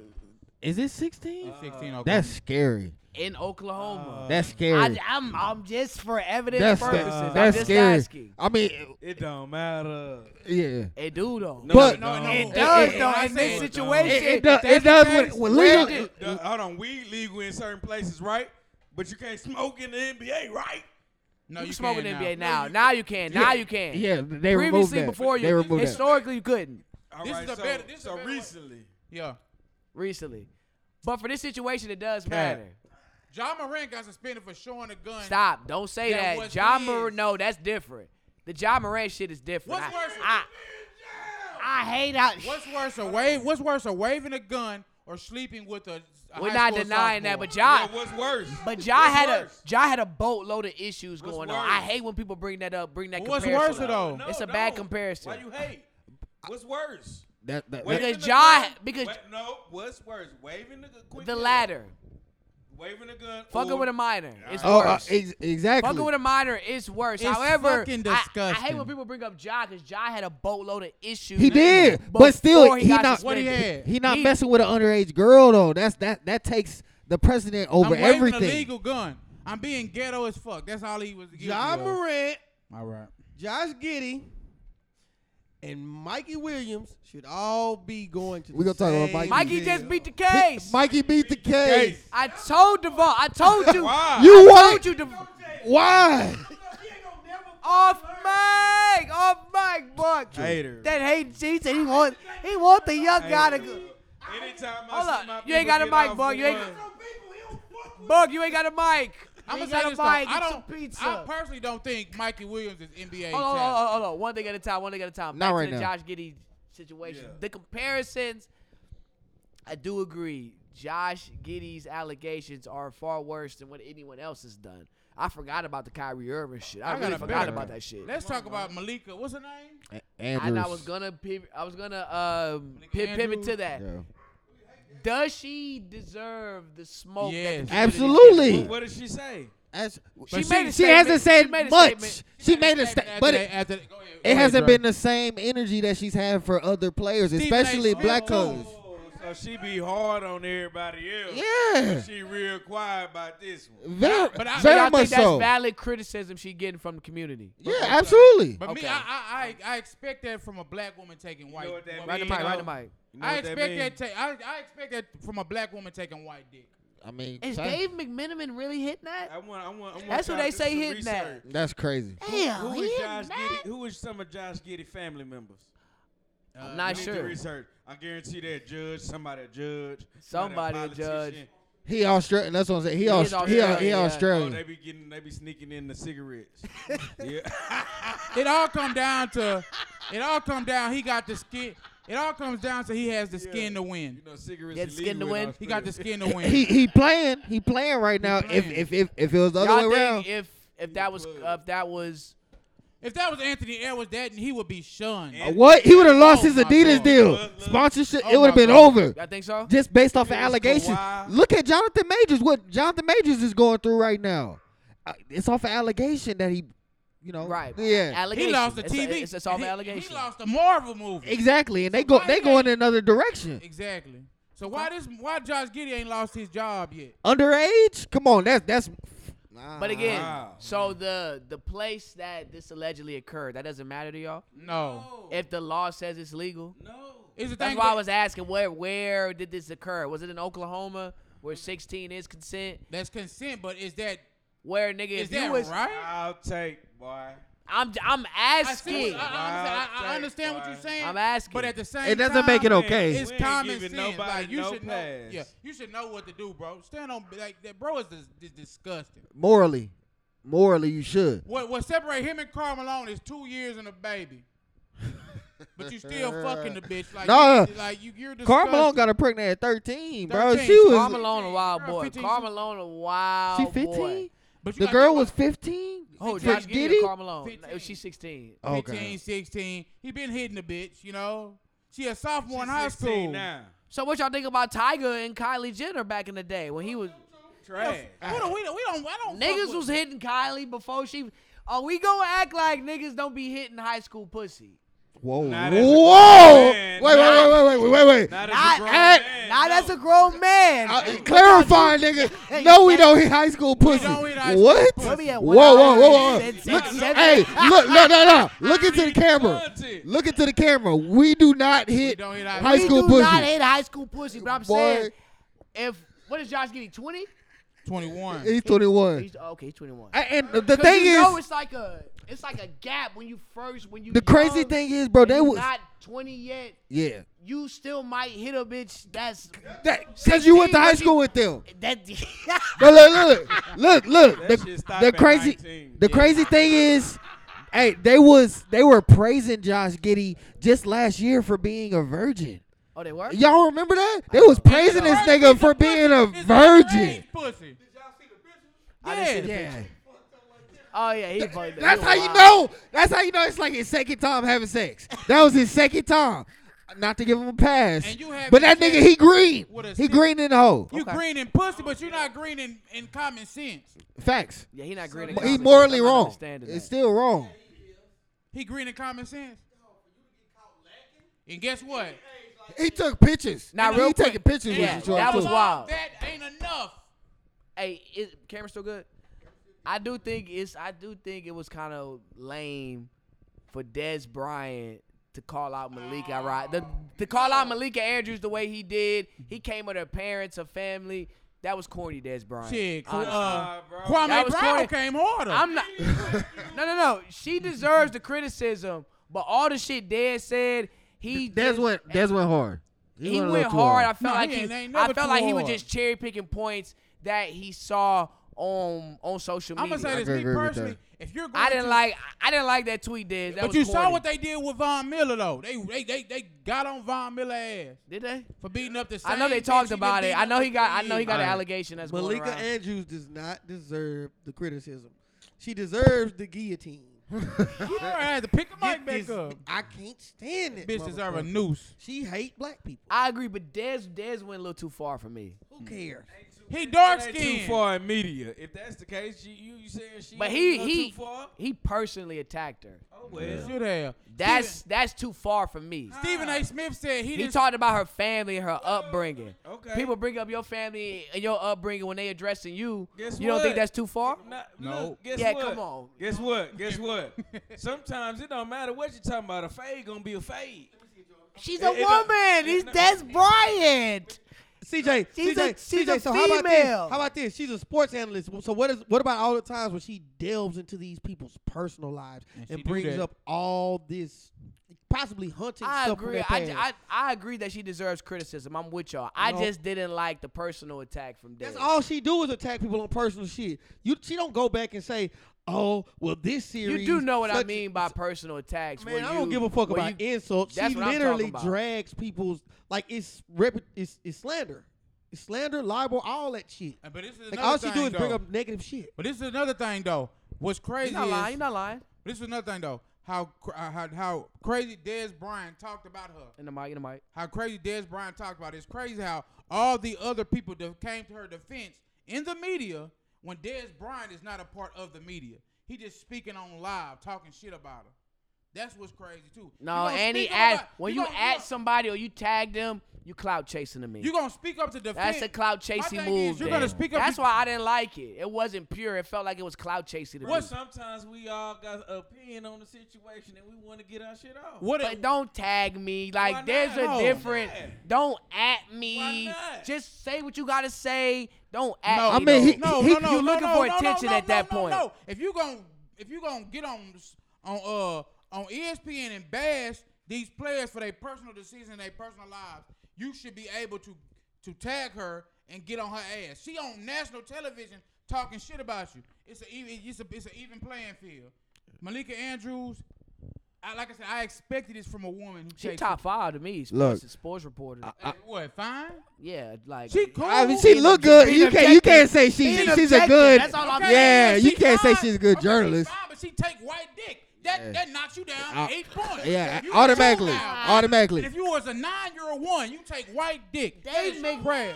S1: is it sixteen?
S3: Sixteen. Okay.
S1: That's scary.
S2: In Oklahoma.
S1: That's
S3: Uh,
S1: scary.
S2: I, am I'm just for evidence
S1: that's
S2: purposes.
S1: that's,
S2: I'm
S1: that's
S2: just
S1: scary.
S2: asking.
S1: I mean,
S6: It don't matter.
S1: yeah.
S2: It do though.
S6: No,
S1: But-
S6: it
S3: No,
S6: don't.
S3: no.
S2: it
S3: it-
S2: does
S1: it-
S2: though
S3: I
S2: in
S3: said
S2: this
S3: it don't.
S2: situation.
S1: It, it does. It does. With, with
S2: Where
S1: legal,
S2: did-
S6: Uh, hold on, weed legal in certain places, right? But you can't smoke in the NBA, right?
S3: no,
S2: you can
S3: you
S2: smoke in
S3: can
S2: the NBA
S3: now.
S2: now. Now you can. Now you can.
S1: yeah, they removed
S2: Previously,
S1: that.
S2: before
S1: they
S2: you,
S1: removed that.
S2: historically you couldn't.
S6: All
S3: This
S6: right,
S3: is a
S6: so,
S3: better- this is
S6: so
S3: a better way.
S6: recently.
S3: Yeah.
S2: Recently, but for this situation, it does
S3: Cat.
S2: matter.
S3: John Moran got suspended for showing a gun.
S2: Stop! Don't say
S3: That
S2: that.
S3: was
S2: John
S3: his.
S2: Moran. No, that's different. The John Moran shit is different.
S3: What's
S2: I,
S3: worse?
S2: I, I hate out.
S3: What's worse, a wave? What's worse, a waving a gun or sleeping with a? a
S2: We're
S3: high
S2: not
S3: school
S2: denying that,
S3: sophomore?
S2: but y'all,
S6: Yeah, what's worse?
S2: but y'all had a
S6: worse?
S2: y'all had a boatload of issues
S6: What's
S2: going on. I
S6: worse?
S2: hate when people bring that up. Bring that.
S3: But what's
S2: comparison
S3: worse,
S2: up.
S3: though?
S2: It's a
S6: No,
S2: bad
S6: no.
S2: comparison.
S6: Why you hate? What's worse?
S1: That, that,
S6: Waving
S2: Because
S6: the
S2: John-
S6: gun-
S2: because-
S6: Wa- no, what's worse? Waving the gun. quick
S2: The
S6: gun.
S2: latter,
S6: Waving the gun.
S2: fucking
S6: or-
S2: with a minor, it's
S1: oh, uh,
S2: worse.
S1: ex- exactly.
S2: Fucking with a minor is worse.
S3: It's
S2: However,
S3: fucking
S2: I- I, hate when
S3: disgusting.
S2: people bring up Ja because Ja had a boatload of issues.
S1: He did, but still,
S2: before
S1: he,
S2: he got
S1: not
S3: What he had?
S1: he not
S2: He-
S1: messing with an underage girl
S5: Oh,
S1: though. That's that that takes the president over
S3: I'm waving a
S1: everything.
S3: legal gun. I'm being ghetto as fuck. That's all he was. guilty
S5: John
S3: of.
S5: Morant,
S3: All right.
S5: Josh Giddy, and Mikey Williams should all be going to.
S1: We
S5: the
S1: gonna talk about Mikey.
S5: same
S2: Mikey
S5: jail.
S2: just beat the case.
S1: Mikey beat the case.
S6: Case.
S2: I told Devon. I told you.
S6: Why?
S1: You
S2: I
S1: what?
S2: told you Devon.
S1: Why?
S2: Off mic, off mic, Buck.
S6: Hater.
S2: That hate he said he want he want the young guy to go.
S6: Anytime I
S2: Hold
S6: see
S2: up,
S6: my
S2: you ain't
S6: people
S2: got a
S6: get
S2: mic,
S6: off
S2: Bug,
S6: for
S2: you ain't-
S6: one-
S2: Buck, you ain't got a mic.
S3: I'm
S2: you
S3: gonna
S2: ain't
S3: say
S2: got a mic.
S3: this though.
S2: get
S3: I
S2: some
S3: don't.
S2: pizza.
S3: I personally don't think Mikey Williams is NBA.
S2: hold, on, hold
S3: talent.
S2: on, hold on, one thing at a time, one thing at a time.
S1: Not
S2: Back
S1: right
S2: to the
S1: now.
S2: Josh Giddy situation.
S6: Yeah.
S2: The comparisons, I do agree. Josh Giddy's allegations are far worse than what anyone else has done. I forgot about the Kyrie Irving shit. I,
S3: I got
S2: really
S3: a
S2: forgot
S3: better-
S2: about that shit.
S3: Let's talk about Malika. What's her name?
S5: Andrews.
S2: And I was gonna pivot. I was gonna um,
S3: Like
S2: pi- pivot
S3: Andrews?
S2: to that.
S5: Yeah.
S2: Does she deserve the smoke? That the
S3: Yes.
S2: community is
S5: Absolutely.
S2: giving her?
S1: What did she say?
S5: As-
S2: She
S5: she
S2: made a
S5: she
S2: statement.
S5: hasn't said
S2: She made a
S5: much.
S2: statement.
S5: She made a
S3: After-
S5: statement,
S3: after
S5: but
S3: that-
S5: it,
S3: after that- go ahead, go
S5: it
S3: ahead,
S5: hasn't
S3: Dre.
S5: been the same energy that she's had for other players,
S3: Stephen A.
S5: especially
S3: Smith
S5: black
S3: too.
S5: cousins.
S1: Oh, So she be hard on everybody else.
S5: Yeah,
S1: But she real quiet about this one.
S5: very,
S3: But I-
S2: So
S5: very
S2: y'all
S5: much
S2: think that's
S5: so.
S2: valid criticism she getting from the community?
S5: Yeah, absolutely.
S3: But me,
S2: Okay.
S3: I, I, I, I expect that from a black woman taking white.
S1: what that
S3: woman-
S2: Right the
S1: mean,
S2: mic, right the
S1: though?
S2: mic.
S1: You know
S3: I
S1: what that
S3: expect
S1: mean?
S3: that. ta- I, I expect that from a black woman taking white dick.
S5: I mean,
S2: Is
S5: fact-
S2: Dave McMiniman really hitting that?
S1: I want, I want, I want
S2: That's what
S1: y'all
S2: they
S1: to
S2: say
S1: do some
S2: hitting Oh, that.
S1: research.
S5: that's crazy.
S7: Damn,
S1: Who
S7: he
S1: is
S7: is
S1: Josh
S7: mad.
S1: Giddy? Who is some of Josh Giddy family members?
S2: I'm
S3: Uh,
S2: not
S1: We need to
S2: sure.
S1: Research. I guarantee that judge, somebody a judge,
S2: Somebody a
S1: a
S2: judge.
S1: politician.
S5: He Australian. That's what I'm saying. He,
S2: He is
S5: Aust- he, he,
S2: Australian, yeah.
S1: Oh,
S5: Australian.
S1: they be getting, they be sneaking in the cigarettes. yeah.
S3: It all come down to. It all come down. He got the skin. It all comes down to he has the skin to win.
S1: You know, cigarettes.
S2: Get skin to
S1: illegal in
S2: win?
S3: He got the
S1: Australia.
S3: skin
S2: Oh,
S3: to win.
S5: he he playing. He playing right now.
S3: playing.
S5: If, if if if it was the other
S2: Y'all think
S5: way around,
S2: if if that was
S1: Good.
S2: if that was
S3: if that was Anthony Edwards, that he would be shunned.
S1: And-
S5: Uh, what he would have lost
S3: Oh
S5: his
S3: my
S5: Adidas
S3: God.
S5: deal,
S1: Look, look.
S5: sponsorship.
S3: Oh
S5: it would have
S3: my
S5: been
S3: God.
S5: over.
S2: y'all think so?
S5: just based off of
S1: It was
S5: allegations.
S1: Kawhi.
S5: Look at Jonathan Majors. What Jonathan Majors is going through right now. Uh, It's off of allegation that he, you know,
S2: Right.
S5: Yeah,
S2: Allegation.
S3: he lost the
S2: It's a-
S3: TV.
S2: It's, it's all
S3: He-
S2: allegation.
S3: He lost the Marvel movie.
S5: exactly. And they go
S3: why
S5: they
S3: he
S5: go
S3: ain't-
S5: in another direction.
S3: Exactly. So why this? Why Josh Giddy ain't lost his job yet?
S5: Underage? Come on, that's that's. Uh-huh.
S2: But again,
S1: Wow.
S2: so the the place that this allegedly occurred, that doesn't matter to y'all.
S3: No.
S2: If the law says it's legal,
S3: Is the
S2: that's
S3: thing
S2: why I
S3: that-
S2: was asking where where did this occur? Was it in Oklahoma where 16 is consent?
S3: That's consent, but is that
S2: Where nigga,
S3: is
S2: if you
S3: that
S2: was,
S3: right?
S1: I'll take, boy.
S2: I'm I'm
S3: I, see
S2: asking.
S3: what, I, I, understand- I- I
S1: Wow,
S3: understand what
S1: Jake,
S3: you're saying.
S2: I'm asking.
S3: But at the same
S5: It doesn't make it
S3: time,
S5: okay.
S3: It's
S1: We ain't
S3: common
S1: giving
S3: sense.
S1: nobody
S3: Like you
S1: no
S3: should know.
S1: pass.
S3: Yeah, you should know what to do, bro. Stand on like that. Bro is, dis- is disgusting.
S5: morally, morally, you should.
S3: What what separate him and Carl Malone is two years and a baby. but you still fucking the bitch. Like
S5: Nah.
S3: you, like you, you're disgusting.
S5: Carmelo got a pregnant at 13, bro.
S3: 13.
S5: She was
S2: Carl Malone a wild
S3: Girl,
S2: boy.
S3: 15,
S2: Carl
S3: she-
S2: Malone a wild
S5: she
S2: boy.
S5: 15.
S3: But you
S5: The
S3: gotta
S5: girl
S3: think
S5: was
S3: about
S5: 15.
S2: Oh,
S5: For
S2: Josh Giddy
S5: Giddey?
S2: or Carl Malone? No,
S3: 15.
S2: she's 16.
S3: 15, 16. He been hitting the bitch, you know. She a sophomore in
S1: She's
S3: high
S1: 16
S3: school.
S1: now.
S2: So what y'all think about Tiger and Kylie Jenner back in the day when he was
S1: Trash.
S3: What do we, we don't, I don't fuck
S2: niggas
S3: with-
S2: was hitting Kylie before she? Are we gonna act like niggas don't be hitting high school pussy?
S5: Whoa.
S1: Nah, that's a-
S5: Whoa.
S1: man,
S5: Wait, wait,
S1: nah.
S5: wait, wait, wait, wait, wait.
S1: Not as
S2: Not
S1: a grown
S5: at-
S1: man.
S2: Now
S1: no.
S2: that's a grown man.
S5: Uh, clarify, nigga. No, we don't hit high school pussy.
S3: don't hit high
S5: What?
S3: school pussy.
S2: We at
S5: Whoa, whoa, whoa, whoa.
S2: 100%,
S5: Look,
S2: seven-
S5: hey, look, no, no, no. Look into the
S1: Need
S5: camera.
S1: content.
S5: Look into the camera. We do not hit
S3: don't hit high
S5: high
S2: we
S5: school
S2: do not
S5: pussy.
S2: hit high school pussy, but I'm
S5: Boy.
S2: saying if what is Josh Giddy? 20?
S3: 21.
S5: He's 21.
S2: He's oh, okay, he's 21.
S5: I- And the
S2: 'Cause
S5: thing
S2: you know
S5: is,
S2: it's like a it's like a gap when you first when you
S5: the crazy
S2: young
S5: thing is, bro,
S2: and
S5: they
S2: you
S5: was
S2: not 20 yet.
S5: yeah.
S2: You still might hit a bitch that's
S5: That because you went to
S2: 16,
S5: high
S2: but
S5: school
S2: you-
S5: with them.
S2: that
S5: No, look, look, look, look.
S1: That shit
S5: The,
S1: stop
S5: the
S1: at
S5: crazy,
S1: 19.
S5: the crazy thing is, hey, they was they were praising Josh Giddy just last year for being a virgin.
S2: Oh, they were?
S5: Y'all remember that? They was praising this nigga for being a virgin.
S3: It's pussy.
S2: I didn't see the picture.
S5: Yeah,
S2: Oh yeah, he fucked it.
S5: that's
S2: He
S5: how you
S2: wild.
S5: know. That's how you know it's like his second time having sex. That was his second time. Not to give him a pass,
S3: And you have
S5: but that
S3: sex
S5: nigga he green.
S3: with a
S5: He
S3: stick.
S5: green in the hole.
S3: You green in pussy, but you're not green in, in common sense.
S5: Facts.
S2: Yeah, he not great. at
S5: He
S2: comedy.
S5: morally
S2: I'm not
S5: wrong.
S2: understanding
S5: It's
S2: that.
S5: still wrong.
S3: He green in common sense. And guess what?
S5: He took pictures.
S2: Now,
S5: he
S2: real quick-
S5: taking pictures
S2: yeah,
S5: with you, Troy,
S2: that was
S5: too.
S2: wild.
S3: That ain't enough.
S2: Hey, is camera still good? I do think it's. I do think it was kind of lame for Des Bryant to call out Malika. Right, the, to call out Malika Andrews the way he did. He came with her parents, her family. That was corny, Des Bryant.
S3: Shit, Qu-
S2: Honestly.
S3: uh,
S1: bro.
S2: That
S3: Kwame
S2: was
S3: Brown
S2: corny.
S3: came harder.
S2: I'm not. no, no, no. She deserves the criticism, but all the shit Des said, he
S5: Des
S2: just-
S5: went, Des went hard.
S2: he
S5: a
S2: went,
S5: little too
S2: hard. I felt
S3: No,
S2: like
S3: he
S2: he,
S3: ain't- ain't
S2: I
S3: never
S2: felt
S3: too
S2: like he was
S3: hard.
S2: just cherry picking points that he saw on on social
S3: I'm
S2: media.
S3: gonna say this
S1: I
S3: me
S1: agree with that.
S3: personally. If you're going
S2: I didn't
S3: to,
S2: like I didn't like that tweet, Dez. That
S3: but
S2: was
S3: you saw
S2: corny.
S3: what they did with Von Miller though. They they they, they got on Von Miller ass
S2: did. They
S3: for beating up the. Same
S2: I know they
S3: bitch he
S2: talked
S3: done
S2: about it.
S3: beat
S2: I
S3: up
S2: know
S3: for
S2: he got I
S3: three
S2: know he
S3: years.
S2: got an
S5: Alright.
S2: allegation that's going
S5: Malika
S2: around.
S5: Andrews does not deserve the criticism. She deserves the guillotine.
S3: All right, to pick the mic back
S5: Get this-
S3: up.
S5: I can't stand it.
S3: Bitches are a
S5: motherfucker.
S3: noose.
S5: She hate black people.
S2: I agree, but Dez Dez went a little too far for me.
S5: Who cares?
S3: He dark
S6: Ain't too
S3: skinned.
S6: far in media. If that's the case, you, you, you saying she
S2: But
S6: ain't
S2: he
S6: go
S2: he
S6: too far?
S2: he personally attacked her.
S6: Oh, well.
S3: Should have.
S2: That's that's too far for me.
S3: Stephen A. Smith said he
S2: He
S3: didn't.
S2: talked about her family and her upbringing.
S6: Okay.
S2: People bring up your family and your upbringing when they addressing you.
S6: Guess
S2: you don't think
S6: what?
S2: that's too far?
S6: Not-
S3: No.
S6: look, guess
S2: Yeah,
S6: what?
S2: come on.
S6: Guess what? Guess what? Sometimes it don't matter what you're talking about. A fade gonna be a fade.
S7: She's
S6: It-
S7: a
S6: it don't-
S7: woman. He's Des Bryant.
S5: CJ,
S7: She's
S5: CJ,
S7: a- she's
S5: CJ.
S7: a
S5: so how about this?
S7: female.
S5: How about this? She's a sports analyst. So what is? What about all the times when she delves into these people's personal lives
S3: And
S5: and,
S3: she do
S5: brings
S3: that.
S5: up all this possibly hunting
S2: I
S5: stuff? from
S2: agree.
S5: their
S2: I, j-
S5: past?
S2: I, I agree that she deserves criticism. I'm with y'all. I
S5: No.
S2: just didn't like the personal attack from Dez.
S5: That's all she do is attack people on personal shit. You, she don't go back and say, "Oh, well, this series."
S2: You do know what I
S5: such-
S2: mean by personal attacks.
S5: Man,
S2: where
S5: I don't
S2: you-
S5: give a fuck
S2: where
S5: about
S2: you-
S5: insults.
S2: that's
S5: She
S2: what I'm talking
S5: literally
S2: about.
S5: drags people's like it's rep, it's, it's slander, it's slander, libel, all that shit.
S3: But this is
S5: Like
S3: another
S5: all she
S3: thing,
S5: do is bring
S3: though.
S5: up negative shit.
S3: But this is another thing though. What's
S2: You're
S3: crazy
S2: not lying.
S3: is
S2: You're not lying.
S3: this is another thing though. How cr- uh, how how crazy Des Bryant talked about her.
S2: In the mic. In the mic.
S3: How crazy Des Bryant talked about. It. It's crazy how all the other people that came to her defense in the media when Des Bryant is not a part of the media. He just speaking on live, talking shit about her. That's what's crazy too. You
S2: No,
S3: gonna
S2: and he
S3: speak up
S2: at
S3: about-
S2: when you
S3: gonna-
S2: at
S3: gonna-
S2: somebody or you tag them, you clout chasing them.
S3: You gonna speak up to defend?
S2: That's a clout chasing
S3: thing
S2: move.
S3: is, you're
S2: there.
S3: gonna speak up
S2: That's
S3: to-
S2: why I didn't like it. It wasn't pure. It felt like it was clout chasing. To me.
S6: Well, sometimes we all got an opinion on the situation and we want to get our shit off.
S3: What?
S2: But
S3: It,
S2: don't tag me. Like
S6: Why
S2: there's
S6: not?
S2: a
S3: No.
S2: different.
S6: Yeah.
S2: Don't at me.
S6: Why not?
S2: Just say what you gotta say. Don't at
S3: No.
S2: me.
S3: I
S1: mean, he-
S2: though.
S3: no,
S2: he-
S3: no, no,
S2: you're
S3: no,
S2: looking
S3: no,
S2: for
S3: no,
S2: attention
S3: no,
S2: at
S3: no,
S2: that
S3: no,
S2: point.
S3: No. If you gon' if you gonna get on s- on uh on ESPN and bash these players for their personal decisions and their personal lives, you should be able to to tag her and get on her ass. She on national television talking shit about you. It's a even it's a it's an even playing field. Malika Andrews, I, like I said, I expected this from a woman. Who
S2: She
S3: takes-
S2: top five to me.
S1: Look.
S2: Sports, sports reporter.
S3: Eh, What fine?
S2: yeah, like
S3: She cool.
S1: I mean, she look good.
S2: being
S1: You can't. You can't say she,
S2: Being
S1: she's a
S2: objective,
S1: good.
S2: that's all I'm
S3: Okay,
S1: yeah,
S3: and
S1: you
S3: she
S1: can't say
S3: fine.
S1: she's a good
S3: Okay,
S1: journalist.
S3: She fine, but she take white dick. That
S1: Yeah.
S3: that knocks you down
S1: Uh,
S3: eight points.
S1: yeah,
S3: If you
S1: automatically,
S3: a two now,
S1: automatically.
S3: And if you was a nine year old one, you take white dick. They make prayer.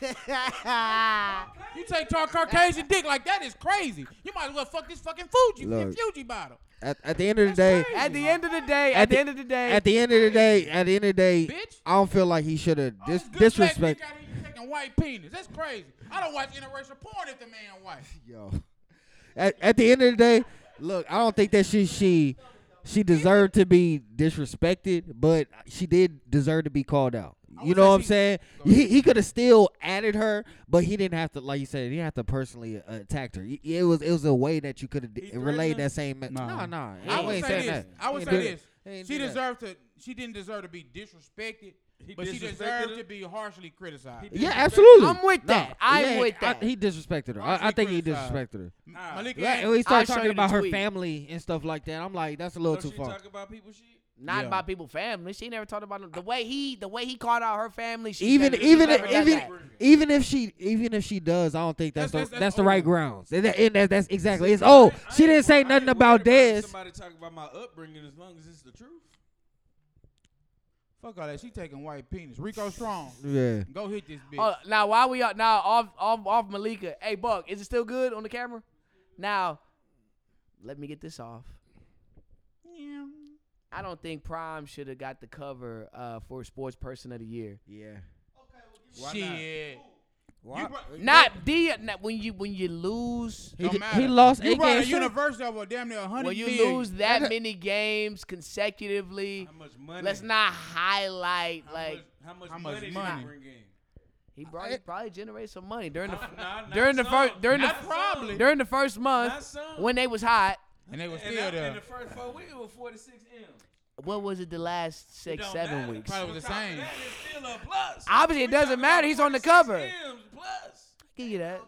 S3: You take tar Caucasian dick like that is crazy. You might as well fuck this fucking Fuji
S1: Look.
S3: Fuji bottle.
S1: At, at the end of the day,
S3: crazy.
S2: at the end of the day, at,
S1: At
S2: the,
S1: the-
S2: end of the day,
S1: at the end of the day, at the end of the day,
S3: Bitch.
S1: I don't feel like he should have
S3: All
S1: dis-
S3: this good
S1: disrespect.
S3: black dick out here Taking white penis. That's crazy. I don't watch interracial porn if the man white.
S1: Yo, at, at the end of the day, look, I don't think that she she she deserved to be disrespected, but she did deserve to be called out. You
S3: would
S1: know
S3: say
S1: what I'm
S3: she-
S1: saying? He, he could have still added her, but he didn't have to, like you said, he didn't have to personally uh, attack her. Y- It was it was a way that you could have relayed
S6: threatened
S1: that same. Me-
S3: No.
S1: no, no, he
S3: I
S1: ain't- he
S3: would
S1: ain't
S3: say
S1: saying
S3: this.
S1: that.
S3: I
S1: He
S3: would
S1: ain't
S3: say
S1: do
S3: this.
S1: that. He ain't
S3: She
S1: do that.
S3: deserved to. She didn't deserve to be disrespected,
S6: He
S3: but she
S6: disrespected
S3: deserved
S6: her?
S3: to be harshly criticized.
S6: He
S1: Yeah,
S6: disrespected-
S1: absolutely.
S2: I'm with
S1: No,
S2: that. I'm
S1: yeah,
S2: with
S1: I-
S2: that.
S1: he disrespected her.
S3: Why
S1: I, I
S3: she
S1: think he
S3: criticized?
S1: disrespected her.
S6: Ah,
S3: Malika,
S1: Yeah,
S3: Andrews-
S1: and we
S2: I'll
S1: started
S2: show
S1: talking
S2: you the
S1: about her
S2: tweet.
S1: family and stuff like that. I'm like, that's a little
S6: don't
S1: too
S6: she
S1: far.
S6: talk about people shit?
S2: not
S3: Yeah.
S2: about people family. She never talked about them. the way he the way he called out her family. She
S1: even
S2: never- she
S1: even
S2: never
S1: if,
S2: done
S1: even
S2: that.
S1: even if she even if she does, I don't think that's
S3: That's-
S1: the,
S3: that's-
S1: that's
S3: that's
S1: the right
S3: over.
S1: grounds. And that, and that- that's exactly. It's
S6: I
S1: oh,
S6: ain't- I
S1: she
S6: ain't
S1: didn't say
S6: wor- I
S1: nothing
S6: ain't
S1: about
S6: worried
S1: this.
S6: Somebody talk about my upbringing as long as it's the truth.
S3: Fuck all that. She taking white penis. Rico Strong.
S1: Yeah,
S3: Go hit this bitch.
S2: Oh, now why we are now off off off Malika? Hey Buck, is it still good on the camera? Now, let me get this off.
S3: Yeah.
S2: I don't think Prime should have got the cover uh, for Sports Person of the Year.
S1: yeah.
S3: Shit. You brought-
S2: Not D. Not when you when you lose
S1: He,
S3: Don't
S1: d- he
S3: matter.
S1: lost
S3: You
S1: eight
S3: brought a
S1: games. straight.
S3: university over damn near 100
S2: when you
S3: million.
S2: lose that many games consecutively.
S6: How much money?
S2: Let's not highlight
S6: How
S2: like
S6: much, how much
S3: How much
S6: money, did he
S3: money?
S6: bring in?
S2: he probably, probably generated some money during the
S6: Nah, not
S2: during the
S6: some.
S2: first during the
S6: Not probably.
S2: during the first
S6: Not
S2: month
S6: some.
S2: when they was hot.
S3: And they were
S6: And,
S3: still
S6: I,
S3: there.
S6: and the first four weeks was 46 M.
S2: What was it the last six
S6: Don't
S2: seven
S6: matter.
S2: weeks?
S3: Probably was the
S6: Top of
S3: same.
S6: That is still a plus.
S2: Obviously, it
S6: We
S2: doesn't
S6: talking
S2: matter.
S6: about
S2: He's on the
S6: 46
S2: cover.
S6: M's plus.
S2: Give you that.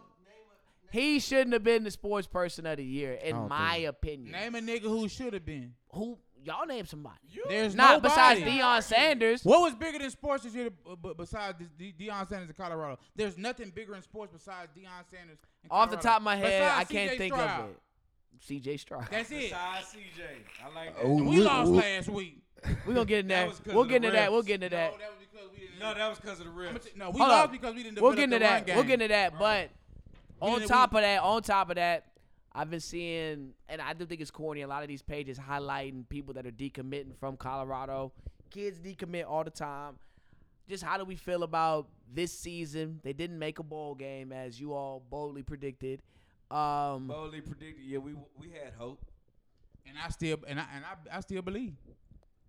S2: He shouldn't have been the sports person of the year, in
S1: I don't
S2: my
S1: think-
S2: opinion.
S3: Name a nigga who should have been.
S2: Who y'all name somebody?
S3: There's
S2: Not besides
S3: nobody.
S2: Deion Sanders.
S3: What was bigger than sports this year uh, b- besides this- De- Deion Sanders in Colorado? There's nothing bigger in sports besides Deion Sanders. in
S2: Off the
S3: Colorado.
S2: top of my head,
S3: Besides
S2: I can't
S3: CJ
S2: think
S3: Stroud.
S2: of it. CJ Stroud.
S3: That's it.
S6: Besides CJ, I like that.
S1: Oh,
S3: And we lost last week.
S2: We're gonna get into
S6: That
S2: that.
S6: was 'cause
S2: we'll
S6: of
S2: get
S6: the
S2: into that. We'll
S6: refs.
S2: get into that.
S3: No, that was because we didn't.
S6: No, that was because of the
S3: I'ma
S6: refs.
S3: t- no, we
S2: Hold
S3: lost
S2: on.
S3: because we didn't.
S2: We'll
S3: develop
S2: get into
S3: the run
S2: that. We'll
S3: game.
S2: get into that. But on
S3: then we-
S2: top of that, on top of that, I've been seeing, and I do think it's corny. A lot of these pages highlighting people that are decommitting from Colorado. Kids decommit all the time. Just how do we feel about this season? They didn't make a bowl game as you all boldly predicted. Um,
S6: Boldly predicted. Yeah, we we had hope.
S3: And I still and I and I, I still believe.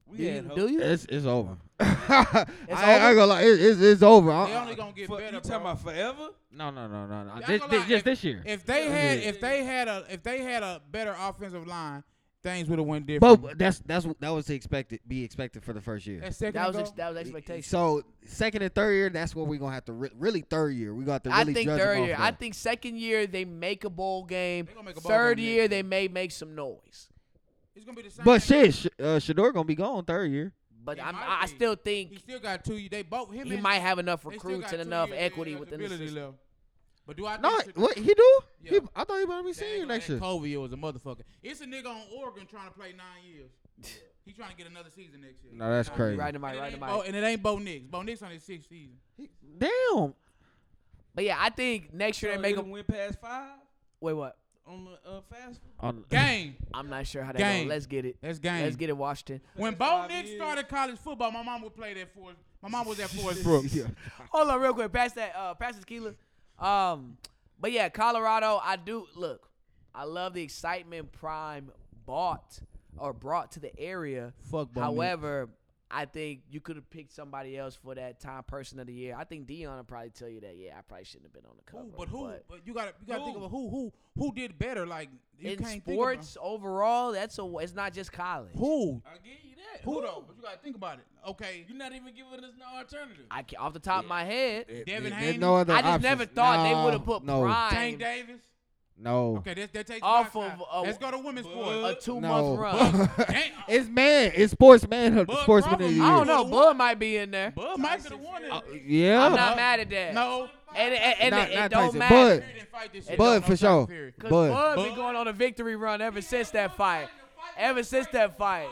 S6: We
S2: do
S6: had
S2: you?
S6: hope.
S2: Do you?
S1: It's it's over. I, I ain't gonna lie, it, it's it's over. I-
S3: They
S1: I-
S3: only gonna get
S6: For, Uh, you
S3: better.
S6: talking
S3: bro.
S6: about forever?
S1: no, no, no, no, no.
S3: Y'all
S1: This,
S3: gonna
S1: this,
S3: lie,
S1: just this year.
S3: If they had
S6: Yeah.
S3: if they had a if they had a better offensive line, things would have went different.
S1: But that's that's that was expected be expected for the first year.
S3: that second
S2: That was
S3: goal,
S2: ex- that was expectation.
S1: So second and third year, that's what we're gonna have to re- really third year. We got to really
S2: I think
S1: judge
S2: third
S1: them
S2: year.
S1: off
S2: I
S1: that.
S2: think second year they make a bowl game.
S3: They gonna make a bowl
S2: Third
S3: game next
S2: year
S3: year.
S2: they may make some noise.
S3: it's gonna be the same.
S1: But
S3: thing.
S1: shit, Sh- uh, Shador gonna be gone third year.
S2: But
S3: He
S2: I'm,
S3: might
S2: I I
S3: be.
S2: still
S3: he
S2: think
S3: still got two. They both him
S2: he
S3: and
S2: might have enough
S3: they still
S2: recruits
S3: got
S2: and
S3: two
S2: enough
S3: years of
S2: equity within the
S3: eligibility
S2: system.
S3: left. But do I think
S1: No,
S3: Shador-
S1: what he do? He,
S3: Yeah.
S1: I thought he might be
S3: Dang,
S1: seeing you
S3: that
S1: next year.
S3: Covey was a motherfucker. It's a nigga on Oregon trying to play nine years. he trying to get another season next year.
S1: No, that's
S3: Nah,
S1: crazy.
S2: Right in my
S3: And it
S2: right in
S3: ain't
S2: my.
S3: Bo- and it ain't Bo Nix. Bo Nix on his sixth season.
S1: Damn.
S2: But yeah, I think next year
S6: So
S2: they make
S6: it'll
S2: a
S6: win past five
S2: wait. What?
S6: on the uh, fast.
S1: On-
S3: Game.
S2: I'm not sure how they
S3: Game.
S2: go. Let's get it.
S3: That's game.
S2: Let's get it, Washington.
S3: When
S6: That's
S3: Bo
S6: five
S3: Nix
S6: years.
S3: started college football, my mom would play that for us. My mom was at Forest Brook.
S1: Yeah.
S2: Hold on, real quick. Pass that. Uh, pass the tequila. Um, but yeah, Colorado. I do look. I love the excitement Prime bought or brought to the area.
S3: Fuck Bo
S2: However, I think you could have picked somebody else for that time person of the year. I think Dion will probably tell you that. Yeah, I probably shouldn't have been on the
S3: Nix.
S2: cover.
S3: Who, but who? But you got to you got to think
S6: Who?
S3: of who who who did better. Like you
S2: in
S3: can't
S2: sports overall, that's a. It's not just college.
S3: think about who
S6: I give you that.
S3: who though. But you got to think about it. Okay,
S6: You're not even giving us no alternative.
S2: I ca- off the top of my head,
S3: Devin
S1: There's
S3: Haney.
S1: no other
S2: I just
S1: options.
S2: never thought they
S1: No,
S2: would have put
S1: no,
S2: Prime
S3: Tank Davis.
S1: No.
S3: Okay, that, that takes
S2: Off
S3: my
S2: of,
S3: time.
S2: uh,
S3: Let's go to women's
S2: a
S3: sports.
S2: two
S1: no.
S2: month run.
S3: Damn.
S1: it's man. It's sports man. of the
S3: Bud
S1: Sportsman of
S3: Crawford,
S1: the year.
S2: I don't
S3: Yeah.
S2: know. Bud might be in there.
S3: Bud might be the one. that-
S1: Uh, yeah.
S2: I'm not mad at that.
S3: No.
S2: and and, and
S1: Not-
S2: it,
S1: not
S2: it don't
S1: Tyson,
S2: matter
S1: Bud.
S3: Didn't fight this
S2: Bud,
S3: shit. No, no
S1: for
S3: time
S1: sure.
S3: period.
S2: because
S1: Bud.
S2: Bud been
S3: Bud.
S2: going on a victory run ever since that fight. Ever since that fight,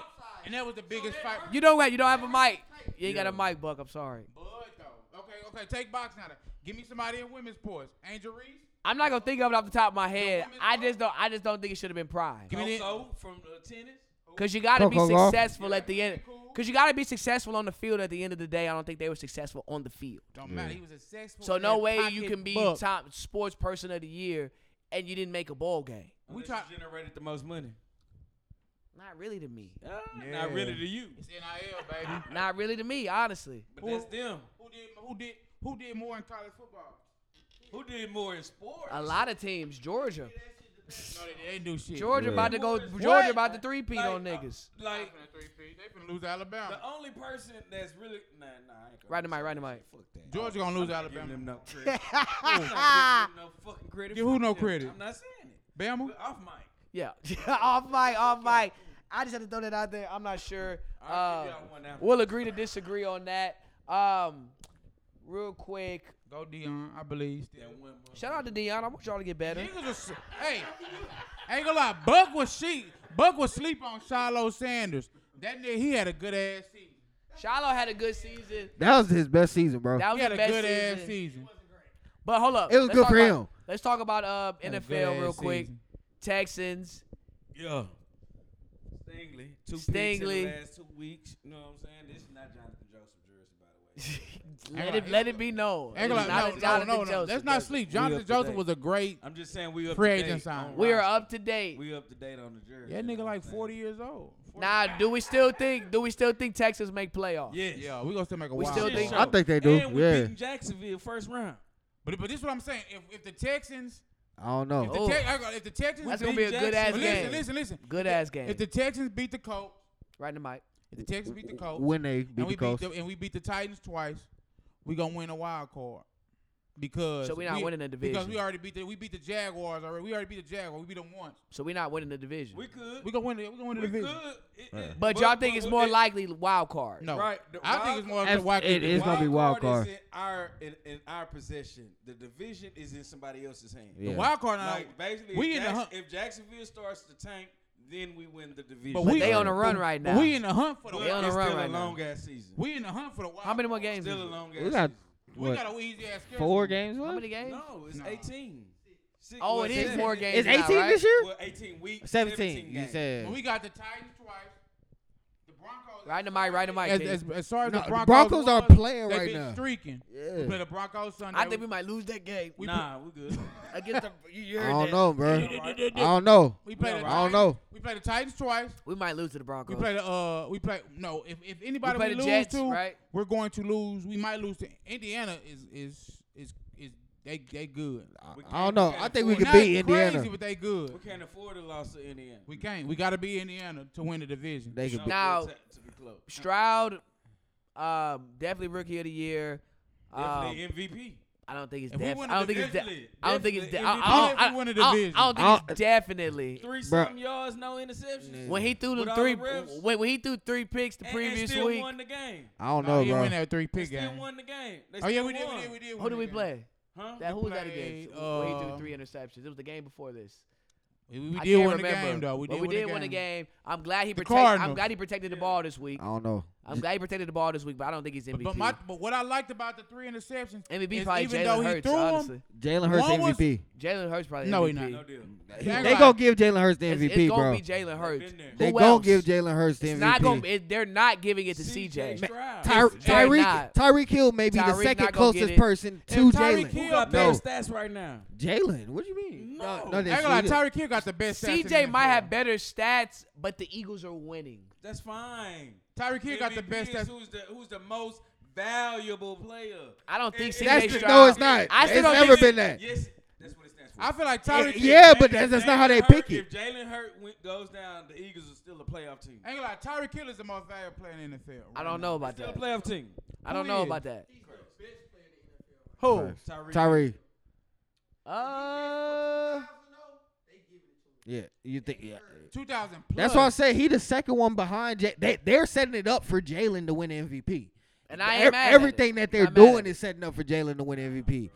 S3: And that was the biggest fight.
S2: you don't have you don't have a mic. You ain't got a mic, Buck. I'm sorry.
S3: Bud though. Okay, okay. Take boxing out of. it. Give me somebody in women's sports. Angel Reese.
S2: I'm not gonna think of it off the top of my head. I just don't. I just don't think it should have been Prime.
S3: Give me that.
S6: So from uh, tennis.
S2: Cause you gotta be
S1: Coco Golf.
S2: successful at the end. Cause you gotta be successful on the field. At the end of the day, I don't think they were successful on the field.
S3: Don't matter. He was a successful.
S2: So no
S3: and
S2: way you
S3: pocket
S2: can be
S3: buck.
S2: top sports person of the year and you didn't make a bowl game.
S3: We
S6: We
S3: try-
S6: generated the most money.
S2: Not really to me.
S6: Ah,
S3: Yeah.
S6: Not really to you,
S3: It's NIL, baby.
S2: Not really to me, honestly.
S6: but that's them.
S3: who did? Who did? Who did more in college football?
S6: Who did more in sports?
S2: A lot of teams, Georgia,
S3: No, they, they didn't do shit.
S2: Georgia about to go.
S6: What?
S2: Georgia about to three peat
S6: Like,
S2: on
S6: uh,
S2: niggas.
S3: They
S6: Like
S3: finna three feet. They finna lose to Alabama.
S6: the only person that's really nah nah. I ain't gonna
S2: Right to
S6: say
S2: my right to
S6: that
S2: my.
S6: shit. Fuck that.
S3: Georgia gonna lose to
S6: I'm not giving
S3: Alabama.
S6: them no credit. I'm not giving them no fucking credit.
S3: Give who
S6: for
S3: no
S6: them.
S3: credit?
S6: I'm not saying it.
S3: Bama.
S6: But off mic.
S2: Yeah, off mic, off mic. I just had to throw that out there. I'm not sure.
S6: I'll
S2: Uh,
S6: give y'all one after.
S2: we'll agree to disagree on that. Um, real quick,
S3: Go Dion. I believe.
S6: That one more.
S2: shout out to Dion. I want y'all to get better.
S3: Niggas was hey, ain't gonna lie. Buck was she. Buck was sleep on Shiloh Sanders. That nigga, he had a good ass season.
S2: Shiloh had a good season.
S1: That was his best season, bro.
S2: That
S3: He
S2: was
S3: had
S2: his
S3: a
S2: best
S3: good ass
S2: season.
S3: season.
S2: But hold up,
S1: It was
S2: Let's
S1: good
S2: talk
S1: for
S2: about-
S1: him.
S2: Let's talk about uh,
S3: Had a good
S2: NFL real
S3: ass
S2: quick.
S3: season.
S2: Texans.
S6: Yeah. Stingley. Two picks in
S2: Stingley.
S6: the last two weeks. You know what I'm saying? This is not Jonathan Joseph jersey, by the way.
S2: let it let it be known.
S3: Ain't
S2: It
S3: gonna
S2: is
S3: lie.
S2: a
S3: No, no,
S2: Jonathan
S3: no, no.
S2: Joseph
S3: Let's not
S2: jersey.
S3: sleep.
S6: up
S3: Jonathan
S6: to
S3: Joseph
S6: date.
S3: was a great.
S6: I'm just saying we up
S3: Free
S6: to
S3: agent
S6: date
S3: sign.
S6: on
S2: We are
S6: roster.
S2: up to date.
S6: We up to date on the jersey.
S3: That
S6: you
S3: nigga
S6: know
S3: like
S6: what I'm
S3: 40 years old.
S2: Now, do we still think? Do we still think Texas make playoffs?
S6: saying? Yes.
S3: Yeah, we gonna still make a
S2: We
S3: wild.
S2: still
S6: Shit
S2: think-
S6: show.
S1: I think they do,
S6: And we
S1: yeah.
S6: beating Jacksonville first round.
S3: But but this is what I'm saying. If if the Texans,
S1: I don't
S3: if the,
S1: know.
S2: Oh.
S3: Tex- I got- if the Texans,
S2: That's
S3: beat,
S2: gonna be a good ass
S3: but
S6: Jackson-
S3: listen,
S2: game.
S3: listen, listen.
S2: Good ass game.
S3: If the Texans beat the Colts,
S2: right in the mic.
S3: if the Texans beat the Colts,
S1: When they
S3: and
S1: beat
S3: we
S1: the Colts.
S3: beat the, and we beat the Titans twice, we gonna win a wild card. because
S2: So we not winning the
S3: because
S2: division.
S3: we already beat the we beat the Jaguars already. We already beat the Jaguars. We beat them once.
S2: So we're not winning the division.
S9: We could.
S3: We gonna win. The, we gonna win the
S9: we could.
S3: division.
S9: It-
S6: Right.
S9: it-
S2: but y'all think it's more
S9: it-
S2: likely wild card.
S3: No,
S6: Right, the
S3: I think
S6: wild
S3: it's more
S6: card-
S3: of a wild
S6: The
S5: It's gonna be wild
S6: Is
S5: card.
S6: in our in, in our possession. The division is in somebody else's hand.
S5: Yeah.
S3: The wild card. now-
S6: Like basically,
S3: we
S6: if,
S3: in the
S6: Jacks-
S3: hunt.
S6: if Jacksonville starts to tank, then we win the division.
S3: But we-
S2: They on a run right
S3: but
S2: now.
S3: We in the hunt for the.
S6: But
S2: They on
S3: Wild,
S2: a
S6: it's
S2: run
S6: still
S2: right
S6: a
S2: now.
S6: long ass season.
S3: we in the hunt for the. Wild
S2: How many more
S3: card.
S2: games?
S6: still
S2: is
S6: a
S2: it?
S6: long ass.
S5: We got
S6: season.
S3: We
S5: What?
S3: got a easy ass. schedule.
S5: four games
S2: How
S5: left.
S2: many games?
S6: No, it's
S3: Nah.
S6: eighteen. Six-
S2: Oh,
S6: well,
S2: it is
S6: seven.
S2: more games.
S5: It's
S2: now,
S5: 18
S2: right?
S5: this year.
S6: Well, eighteen weeks.
S5: 17. You
S6: games.
S5: said.
S3: When we got the Titans twice. The Broncos.
S2: Right in the mic, right in the mic.
S3: As,
S2: T.
S3: as, as far as
S5: No,
S3: the
S5: the
S3: Broncos,
S5: Broncos are
S3: won,
S5: playing
S3: they
S5: right
S3: been
S5: now.
S3: Streaking. We
S5: Yeah.
S3: play the Broncos Sunday.
S2: I think we might lose that game.
S3: We
S9: Nah, we good.
S2: Against the, you you
S5: I
S2: heard
S5: don't
S2: that.
S5: know, bro.
S6: All
S5: I
S6: right.
S5: don't know.
S3: we play.
S6: We
S3: the
S6: alright.
S5: I don't
S3: Titans-
S5: know.
S3: We play the Titans twice.
S2: We might lose to the Broncos.
S3: We play the uh. We play no. If if anybody
S2: play
S3: we
S2: the
S3: lose
S2: Jets,
S3: to,
S2: right?
S3: we're going to lose. We might lose to Indiana. Is is is is they they good.
S6: We
S5: I don't
S6: can't-
S5: know.
S6: we
S5: I
S6: can't
S5: think we
S6: afford-
S5: could
S3: Not
S5: beat
S3: Crazy,
S5: Indiana.
S3: but they good.
S6: We can't afford a loss to Indiana.
S3: We can't. We got to be Indiana to win the division.
S5: They could
S6: No,
S5: beat.
S2: Now-
S6: to, to be close.
S2: Stroud, um, definitely rookie of the year. Um,
S6: Definitely MVP.
S2: I don't think it's
S3: If we
S2: definitely.
S3: win
S2: I
S3: the
S2: don't think it's. De-
S6: definitely-
S2: I don't think it's. De-
S6: definitely
S2: I, I,
S3: MVP.
S2: don't, I,
S3: If we win the
S2: I don't-
S3: division.
S2: I don't think
S5: I'll-
S2: it's definitely.
S9: Three
S5: Bruh.
S9: some yards, no interceptions.
S2: When he threw the
S6: Without
S2: three,
S6: the refs.
S2: when, when he threw three picks the
S6: And- and
S2: previous
S6: still
S2: week,
S6: won the game.
S5: I don't
S3: No,
S5: know,
S3: he
S5: bro.
S3: Oh, win that three
S6: They
S3: pick
S6: still
S3: game.
S6: won the game. They
S3: Oh yeah,
S6: still
S3: we did. We
S6: won.
S3: did. We did.
S2: who
S3: win
S2: do
S3: the
S2: we
S3: game.
S2: play?
S6: Huh?
S2: That who was that
S3: played,
S2: against? Where he
S3: uh,
S2: threw three interceptions. It was the game before this.
S3: We, we
S2: I
S3: did
S2: can't
S3: win the
S2: remember.
S3: game though. We
S2: but
S3: did,
S2: we
S3: win,
S2: did
S3: the
S2: win the game. I'm glad he
S3: The
S2: protected. I'm
S3: Cardinals.
S2: glad he protected the ball this week.
S5: I don't know.
S2: I'm glad he protected the ball this week, but I don't think he's MVP.
S3: But, but my but what I liked about the three interceptions
S2: MVP
S3: is
S2: probably
S3: even
S2: Jalen
S3: though he
S2: Hurts.
S3: threw 'em,
S2: honestly,
S5: Jalen Hurts
S3: One was-
S5: MVP.
S2: Jalen Hurts probably.
S3: No, he
S2: MVP.
S3: not.
S6: No deal.
S3: Back
S5: They
S3: line.
S5: gonna give Jalen Hurts the
S2: It's,
S5: MVP,
S2: it's gonna
S5: bro.
S2: be Jalen Hurts.
S6: been there.
S5: They
S2: Who
S5: gonna
S2: else?
S5: give Jalen Hurts the
S2: It's not gonna.
S5: MVP.
S2: It, they're not giving it to CJ.
S6: Stroud.
S5: Ty-
S2: they're
S5: Tyreek
S2: not.
S5: Tyreek Hill may be
S2: Tyreek
S5: the second
S2: not gonna get
S5: closest
S2: it.
S5: person to
S6: Tyreek Hill
S5: Jalen. No,
S6: got better stats right now.
S5: Jalen. What do you mean?
S6: No.
S5: no,
S3: I
S5: this-
S3: ain't gonna lie,
S5: he-
S3: Tyreek Hill got the best. stats in the
S2: CJ might
S3: NFL.
S2: have better stats, but the Eagles are winning.
S6: That's fine.
S3: Tyreek Hill got the
S6: MVP
S3: best.
S6: is
S3: stats.
S6: Who's the who's the most valuable player?
S2: I don't think
S6: It-
S2: CJ
S5: That's
S6: it-
S5: the-
S2: Stroud.
S5: no, it's not.
S2: I still
S5: it's
S2: don't
S5: never
S2: think-
S5: been that.
S6: Yes, that's what it stands for.
S3: I feel like
S6: If-
S3: Tyreek.
S6: if
S3: Hill-
S5: Yeah, but
S6: Jalen-
S5: that's- that's
S6: if
S5: not how they
S6: Jalen
S5: pick
S6: Hurt-
S5: it.
S6: If Jalen Hurt went, goes down, the Eagles are still a playoff team.
S3: I ain't gonna lie, Tyreek Hill is the most valuable player in the NFL.
S2: I don't know about
S6: Still a
S2: that.
S6: playoff team.
S2: I don't know
S3: is.
S2: about that.
S6: Who?
S5: Tyreek.
S2: Uh,
S5: Yeah, you think? Yeah.
S3: Two thousand.
S5: That's why I say he the second one behind. J- they they're setting it up for Jalen to win MVP.
S2: and I
S5: E-
S2: ain't mad at it.
S5: everything that they're
S2: Not mad at
S5: doing
S2: it.
S5: is setting up for Jalen to win MVP.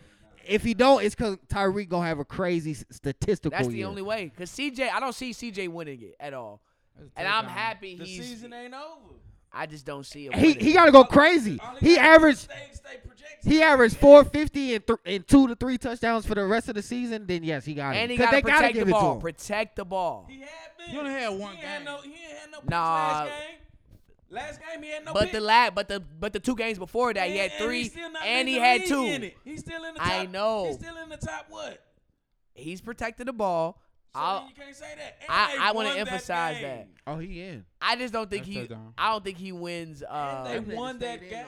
S5: If he don't, it's because Tyreek gonna have a crazy s- statistical
S2: That's the
S5: year.
S2: only way. Cause CJ, I don't see CJ winning it at all. And I'm happy
S6: The
S2: he's.
S6: season ain't over.
S2: I just don't see him.
S5: he
S2: winning.
S5: he gotta go crazy.
S6: All
S5: He
S6: got
S5: averaged
S6: Stay, stay projected.
S5: he averaged 450 and, th- and two to three touchdowns for the rest of the season. Then yes, he got it.
S2: and he
S5: 'Cause
S2: gotta
S5: they
S2: protect
S5: gotta give
S2: the ball.
S5: it to him.
S2: Protect the ball.
S6: He had been.
S3: You only had one
S6: he ain't Had
S3: game.
S6: no, he ain't had no picks
S2: Nah.
S6: last game. Last game he had no
S2: But
S6: picks.
S2: the la but the but the two games before that, he had
S6: And- and
S2: three,
S6: he's still not
S2: and
S6: leading
S2: he
S6: the
S2: had
S6: league
S2: two.
S6: in it. He's still in the top.
S2: I know.
S6: He's still in the top what?
S2: He's protecting the ball.
S6: So
S2: I'll-
S6: you can't say that. And
S2: I-
S6: they
S2: I wanna
S6: won that
S2: emphasize
S6: game.
S2: that.
S5: Oh, he in.
S2: I just don't think
S3: That's
S2: he.
S3: touchdown.
S2: I don't think he wins. Uh,
S6: they won. that game.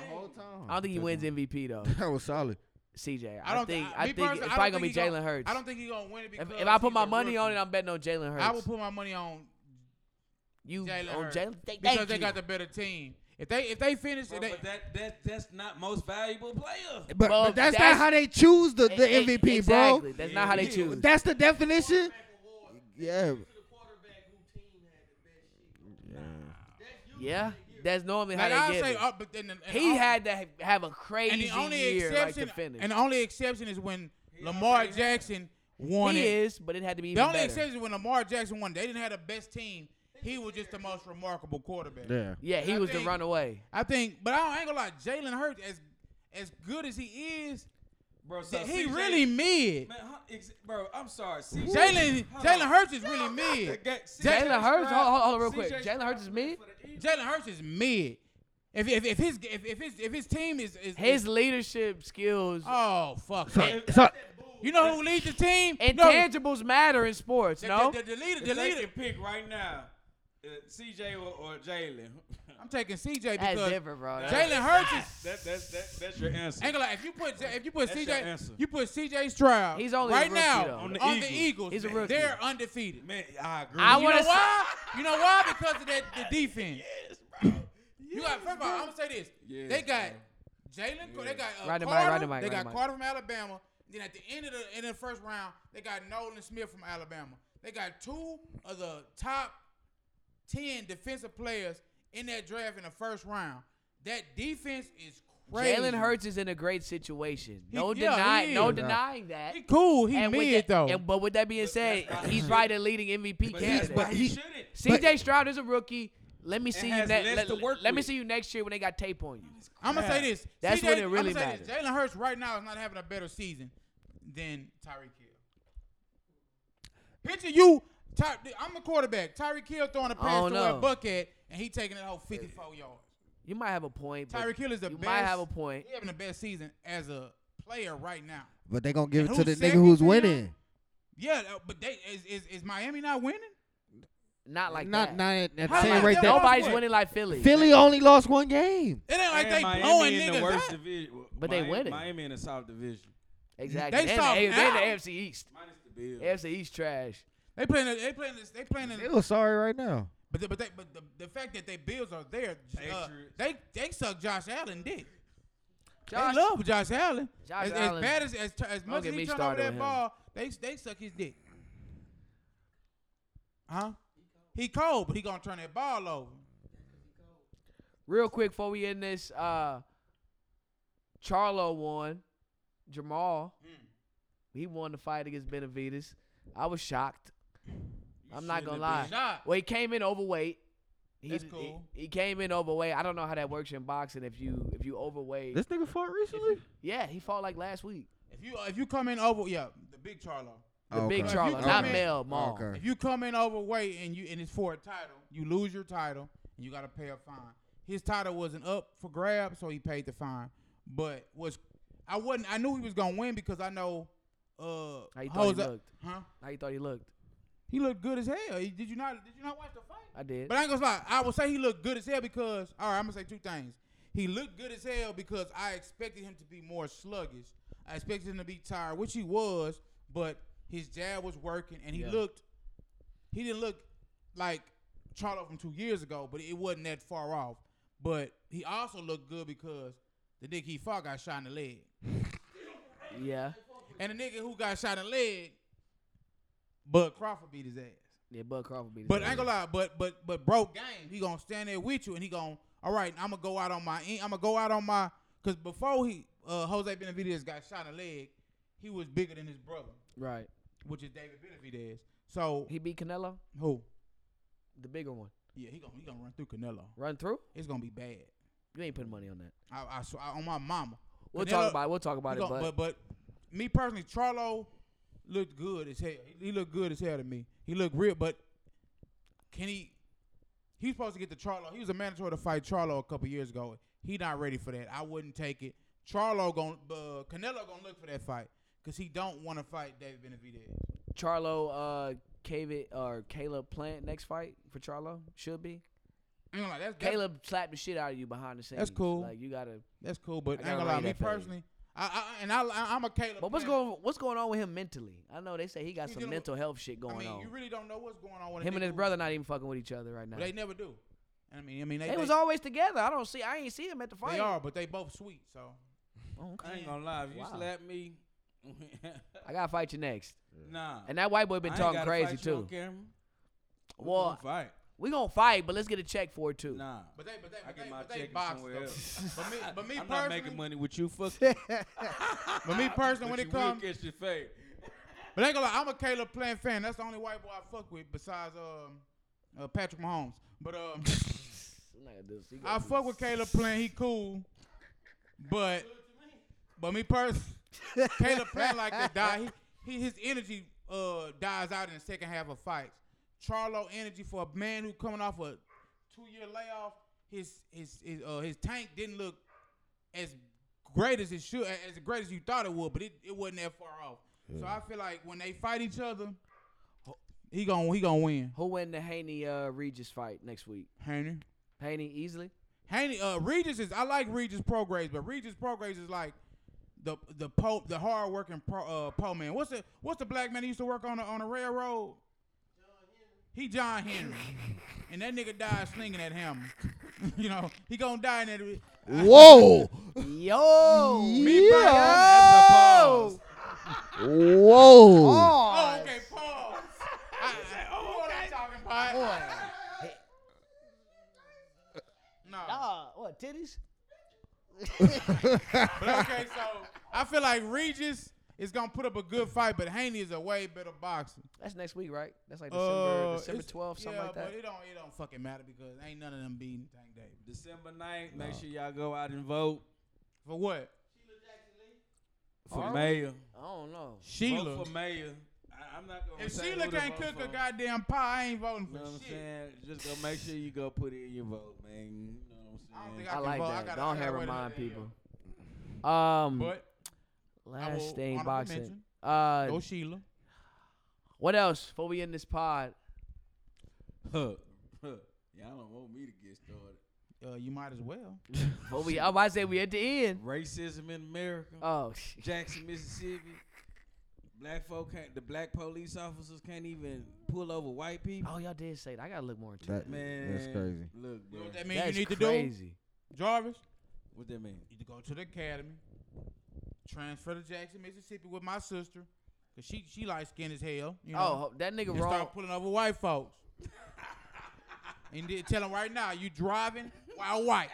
S2: I don't think he wins MVP though.
S5: That was solid.
S2: CJ,
S3: I
S2: I,
S3: don't
S2: think.
S3: thi-
S2: I
S3: me
S2: think it's
S3: personally,
S2: probably
S3: I don't
S2: gonna be
S3: think he
S2: Jalen Hurts.
S3: I don't think he's gonna win it
S2: If,
S3: because
S2: if I put
S3: he's
S2: my
S3: a
S2: money on it,
S3: rookie.
S2: I'm betting on Jalen Hurts.
S3: I would put my money on
S2: you
S3: Jalen
S2: on
S3: Hurts
S2: Jalen? Thank
S3: because
S2: thank
S3: they
S2: you.
S3: got the better team. If they if they finish,
S6: Bro,
S3: if they,
S6: but that, that that's not most valuable player.
S5: But,
S2: Well,
S5: but that's,
S2: that's-
S5: not how they choose the, the
S2: E- e-
S5: MVP,
S2: exactly.
S5: bro.
S2: That's not how they
S5: Yeah,
S2: choose.
S5: That's the definition. Yeah.
S2: yeah, that's normally how
S3: like I'll
S2: they get
S3: say,
S2: it.
S3: oh, but then the- and
S2: he
S3: all-
S2: had to ha- have a crazy
S3: and the only
S2: year like
S3: exception
S2: to finish.
S3: and the only exception is when Lamar Jackson won
S2: he
S3: it.
S2: is, but it had to be
S3: The
S2: even
S3: only
S2: better.
S3: exception is when Lamar Jackson won. They didn't have the best team. He was just the most remarkable quarterback.
S5: Yeah.
S2: yeah, he
S3: I
S2: was the
S3: think-
S2: runaway.
S3: I think, but I, don't, I ain't gonna lie. Jalen Hurts, as as good as he is,
S6: Bro, so
S3: he
S6: CJ
S3: really mid.
S6: Man, huh, ex- bro, I'm sorry. CJ,
S3: Jalen
S6: Hold on.
S3: Jalen Hurts is really
S6: The
S3: mid.
S6: guy- CJ
S2: Jalen Hurts,
S6: Stroud-
S2: hold, hold, hold on real quick.
S6: CJ
S2: Jalen Hurts is
S6: Stroud
S2: mid.
S6: for the Eagles.
S3: Jalen Hurts is mid. If if, if his if, if his if his team is is
S2: His
S3: is,
S2: leadership skills,
S3: oh fuck.
S5: So, so
S3: You know who leads the team? No,
S2: intangibles matter in sports.
S3: the,
S2: No,
S3: the, the, the leader,
S6: If
S3: the
S6: they
S3: leader.
S6: can pick right now, uh, CJ or, or Jalen.
S3: I'm taking CJ
S2: that's
S3: because
S2: different, bro. That's-
S3: Jalen Hurts is.
S6: that, that's that, that's your answer.
S3: Ain't gonna lie, if you put if you put
S6: That's your answer.
S3: CJ you put CJ Stroud
S2: He's only a
S3: right
S2: rookie,
S3: now
S2: though.
S3: on,
S6: On
S3: the,
S6: the
S3: Eagles.
S6: Eagles.
S2: He's a
S3: man,
S2: rookie.
S3: They're undefeated.
S6: Man, I agree.
S2: I
S3: you
S2: wanna
S3: know
S2: say-
S3: why? you know why? Because of that the defense.
S6: yes, bro.
S3: you got first of all, I'm gonna say this.
S6: Yes,
S3: they got Jalen, Co- they got uh,
S2: Right in the mic,
S3: Carter,
S2: right in the mic, right
S3: they
S2: in
S3: got
S2: the mic.
S3: Carter from Alabama. Then at the end of the end of the first round, they got Nolan Smith from Alabama. They got two of the top ten defensive players in that draft in the first round. That defense is crazy.
S2: Jalen Hurts is in a great situation. No
S3: yeah, he
S2: denying, no
S3: is.
S2: denying that.
S3: He cool. He
S2: And with
S3: mid
S2: that-
S3: though.
S2: and- but with that being said, he's probably the leading MVP
S10: But that's
S2: candidate.
S10: why he shouldn't.
S2: CJ Stroud is a rookie. Let me see you
S10: has
S2: next.
S10: less
S2: Let,
S10: to work
S2: let me
S10: with.
S2: see you next year when they got tape on you.
S3: I'm gonna say this.
S2: That's
S3: CJ,
S2: when it really
S3: I'ma say this. Jalen Hurts right now is not having a better season than Tyreek Hill. Picture you, Ty, I'm the quarterback. Tyreek Hill throwing a pass
S2: don't
S3: to a
S2: know.
S3: bucket, and he taking it whole 54 yards.
S2: You might have a point. but
S3: Tyreek Hill is the
S2: you
S3: best.
S2: might have a point.
S3: He having the best season as a player right now.
S1: But they gonna give
S3: And
S1: it to the
S3: who's
S1: nigga
S3: second
S1: who's
S3: to y'all?
S1: winning.
S3: Yeah, uh, but they is, is is Miami not winning?
S2: Not like
S1: not
S2: that.
S1: not at, at
S3: How
S1: ten
S3: like
S1: right
S3: that?
S1: there.
S3: Nobody-
S2: Nobody's
S3: Lost what?
S2: winning like Philly.
S1: Philly only lost one game.
S3: It ain't like
S10: And
S3: they
S10: Miami
S3: blowing
S10: in the
S3: niggas
S10: worst
S3: out.
S10: division.
S2: But they
S10: Miami,
S2: winning.
S10: Miami in the South Division.
S2: Exactly.
S3: They
S2: They in
S3: saw
S2: the, they in the
S3: out.
S2: AFC East.
S10: Minus the Bills.
S2: AFC East trash.
S3: They playing. the- They playing. this- They playing. in-
S1: They was sorry right now.
S3: But the, but they, but the, the fact that they Bills are there, uh,
S10: Patriots.
S3: they they suck Josh Allen dick.
S2: Josh-
S3: they love Josh Allen.
S2: Josh
S3: as,
S2: Allen-
S3: as bad as as, as much
S2: get
S3: as
S2: me
S3: he turn over
S2: started with
S3: that
S2: him.
S3: ball, they they suck his dick. Huh? He cold, but he gonna turn that ball over.
S2: Real quick before we end this, uh, Charlo won. Jamal,
S3: Hmm.
S2: he won the fight against Benavides. I was shocked. I'm not gonna
S10: shouldn't
S2: lie.
S10: have
S3: Shot.
S2: Well, he came in overweight. He,
S3: That's
S2: he-
S3: cool.
S2: He, came in overweight. I don't know how that works in boxing. If you if you overweight,
S1: This nigga fought recently.
S2: yeah, he fought like last week.
S3: If you if you come in over, yeah, the big Charlo.
S2: The big
S1: Okay.
S2: Charlo,
S3: If you
S2: not
S3: come in-
S2: Mel Maul.
S1: Okay.
S3: If you come in overweight and you and it's for a title, you lose your title and you gotta pay a fine. His title wasn't up for grab, so he paid the fine. But was I wasn't I knew he was gonna win because I know uh
S2: How you thought he
S3: Jose-
S2: looked?
S3: Huh?
S2: How you thought he looked?
S3: He looked good as hell. He- Did you not did you not watch the fight?
S2: I did.
S3: But I ain't gonna lie, I would say he looked good as hell because all right, I'm gonna say two things. He looked good as hell because I expected him to be more sluggish. I expected him to be tired, which he was, but his jab was working and he looked he didn't look like Charlo from two years ago, but it wasn't that far off. But he also looked good because the nigga he fought got shot in the leg.
S2: Yeah,
S3: And the nigga who got shot in the leg, Bud Crawford beat his ass.
S2: yeah. Bud Crawford beat. his
S3: But
S2: ass.
S3: I ain't gonna lie, but but but bro, game. He gonna stand there with you, and he gonna all right. I'm gonna go out on my. I'm gonna go out on my. Cause before he uh, Jose Benavidez got shot in the leg, he was bigger than his brother,
S2: Right.
S3: which is David Benavidez. So
S2: He beat Canelo,
S3: who?
S2: the bigger one.
S3: Yeah, he gonna he gonna run through Canelo.
S2: Run through.
S3: It's gonna be bad.
S2: You ain't putting money on that.
S3: I I, swear, on my mama.
S2: We'll
S3: Canelo-
S2: talk about it. We'll talk
S3: he
S2: about it.
S3: gonna-
S2: But,
S3: but but me personally, Charlo looked good as hell. He, he looked good as hell to me. He looked real, but can he? He was supposed to get the Charlo. He was a mandatory to fight Charlo a couple years ago. He not ready for that. I wouldn't take it. Charlo going uh, Canelo gonna look for that fight because he don't want to fight David Benavidez.
S2: Charlo, uh, Caleb or Caleb Plant next fight for Charlo should be.
S3: I'm like that's that's,
S2: Caleb slapped the shit out of you behind the scenes.
S3: cool.
S2: Like you gotta.
S3: that's cool, but
S2: I
S3: I ain't
S2: gotta
S3: gonna lie,
S2: rate
S3: me
S2: that fade.
S3: personally, I, I and I I'm a Caleb.
S2: But what's
S3: Plant.
S2: going What's going on with him mentally? I know they say he got
S3: He's
S2: some
S3: dealing with-
S2: mental health shit going
S3: I mean,
S2: on.
S3: you really don't know what's going on with a
S2: him and
S3: nigga
S2: his
S3: who-
S2: brother not even fucking with each other right now.
S3: But they never do. I mean, I mean, they,
S2: They
S3: they-
S2: was always together. I don't see. I ain't see him at the fight.
S3: they are, but they both sweet. So
S2: Oh, okay.
S10: I ain't gonna lie. If you
S2: Wow.
S10: slap me,
S2: I gotta fight you next.
S10: nah.
S2: And that white boy
S10: I
S2: been
S10: ain't
S2: talking
S10: gotta
S2: crazy
S10: fight you on
S2: too.
S10: camera. We
S2: Well,
S10: gonna fight.
S2: We gonna fight, but let's get a check for it too.
S10: Nah.
S3: But they, but they,
S10: I
S3: but they,
S10: get my
S3: but they
S10: check
S3: box
S10: somewhere else.
S3: though. but me, but me
S10: I'm
S3: personally,
S10: not making money with you. Fuck. you.
S3: but me personally, when
S10: But
S3: it
S10: you will
S3: comes,
S10: catch your fade.
S3: but ain't gonna lie, I'm a Caleb Plant fan. That's the only white boy I fuck with besides um, uh, Patrick Mahomes. But um,
S2: I'm not gonna do this. He
S3: I
S2: gonna
S3: fuck with Caleb Plant. He cool, but but me personally, Caleb Plant like to die. He, he his energy uh dies out in the second half of fights. Charlo energy for a man who coming off a two year layoff. His his his uh his tank didn't look as great as it should as great as you thought it would, but it, it wasn't that far off. So I feel like when they fight each other, he gonna he gonna win.
S2: Who win the Haney uh, Regis fight next week?
S3: Haney.
S2: Haney easily.
S3: Haney, uh, Regis is I like Regis pro grades, but Regis pro grades is like the the po the hard working pro uh po man. What's the what's the black man that used to work on the on the railroad? He John Henry, and that nigga died slinging that hammer. you know, he gonna die in that.
S1: Whoa.
S2: Yo.
S1: Me
S2: Yo.
S10: That's the pause.
S1: Whoa.
S3: Oh,
S2: Pause.
S3: okay, pause. I, I, oh, okay. talking pot. No.
S2: Ah, what titties?
S3: But okay, so I feel like Regis is gonna put up a good fight, but Haney is a way better boxer.
S2: That's next week, right? That's like
S3: Uh,
S2: December, December
S3: it's-
S2: twelfth, something
S3: yeah,
S2: like that.
S3: but it don't it don't fucking matter because ain't none of them beating Tank Davis.
S10: December 9th, make sure y'all go out and vote
S3: For what?
S10: for
S2: Alright.
S10: mayor.
S2: I don't know.
S3: Sheila.
S10: Vote for mayor. I, I'm not gonna.
S3: If
S10: say
S3: Sheila
S10: who to
S3: can't
S10: vote
S3: cook a
S10: for.
S3: goddamn pie, I ain't voting
S10: You know
S3: for
S10: what I'm
S3: shit.
S10: saying? Just go make sure you go put in your vote, man. You know
S3: I
S10: what
S3: don't
S10: I'm
S3: think
S10: saying?
S3: I,
S2: I
S3: can
S2: like
S3: vote. I
S2: that.
S3: gotta, I
S2: don't
S3: gotta
S2: have
S3: wait
S2: remind
S3: another year.
S2: people. Um,
S3: But I will
S2: last thing
S3: honorable
S2: boxing.
S3: mention.
S2: Uh,
S3: go Sheila.
S2: what else? Before we end this pod,
S10: Huh. Huh. Y'all don't want me to get started.
S3: Uh, you might as well.
S2: what we? I might say we at the end.
S10: Racism in America.
S2: Oh, shit.
S10: Jackson, Mississippi. Black folk can't. The black police officers can't even pull over white people.
S2: oh, y'all did say that. I gotta look more into it.
S1: That,
S10: Man,
S1: That's crazy.
S10: Look,
S3: You
S10: bro.
S3: know what that mean
S2: That's
S3: you need to
S2: crazy.
S3: do? Jarvis,
S10: do? What that mean?
S3: you need to go to the academy, transfer to Jackson, Mississippi with my sister, cause she she light skinned as hell. You know?
S2: Oh, ho- that nigga
S3: and
S2: wrong.
S3: start pulling over white folks. and then tell them right now, you driving while white.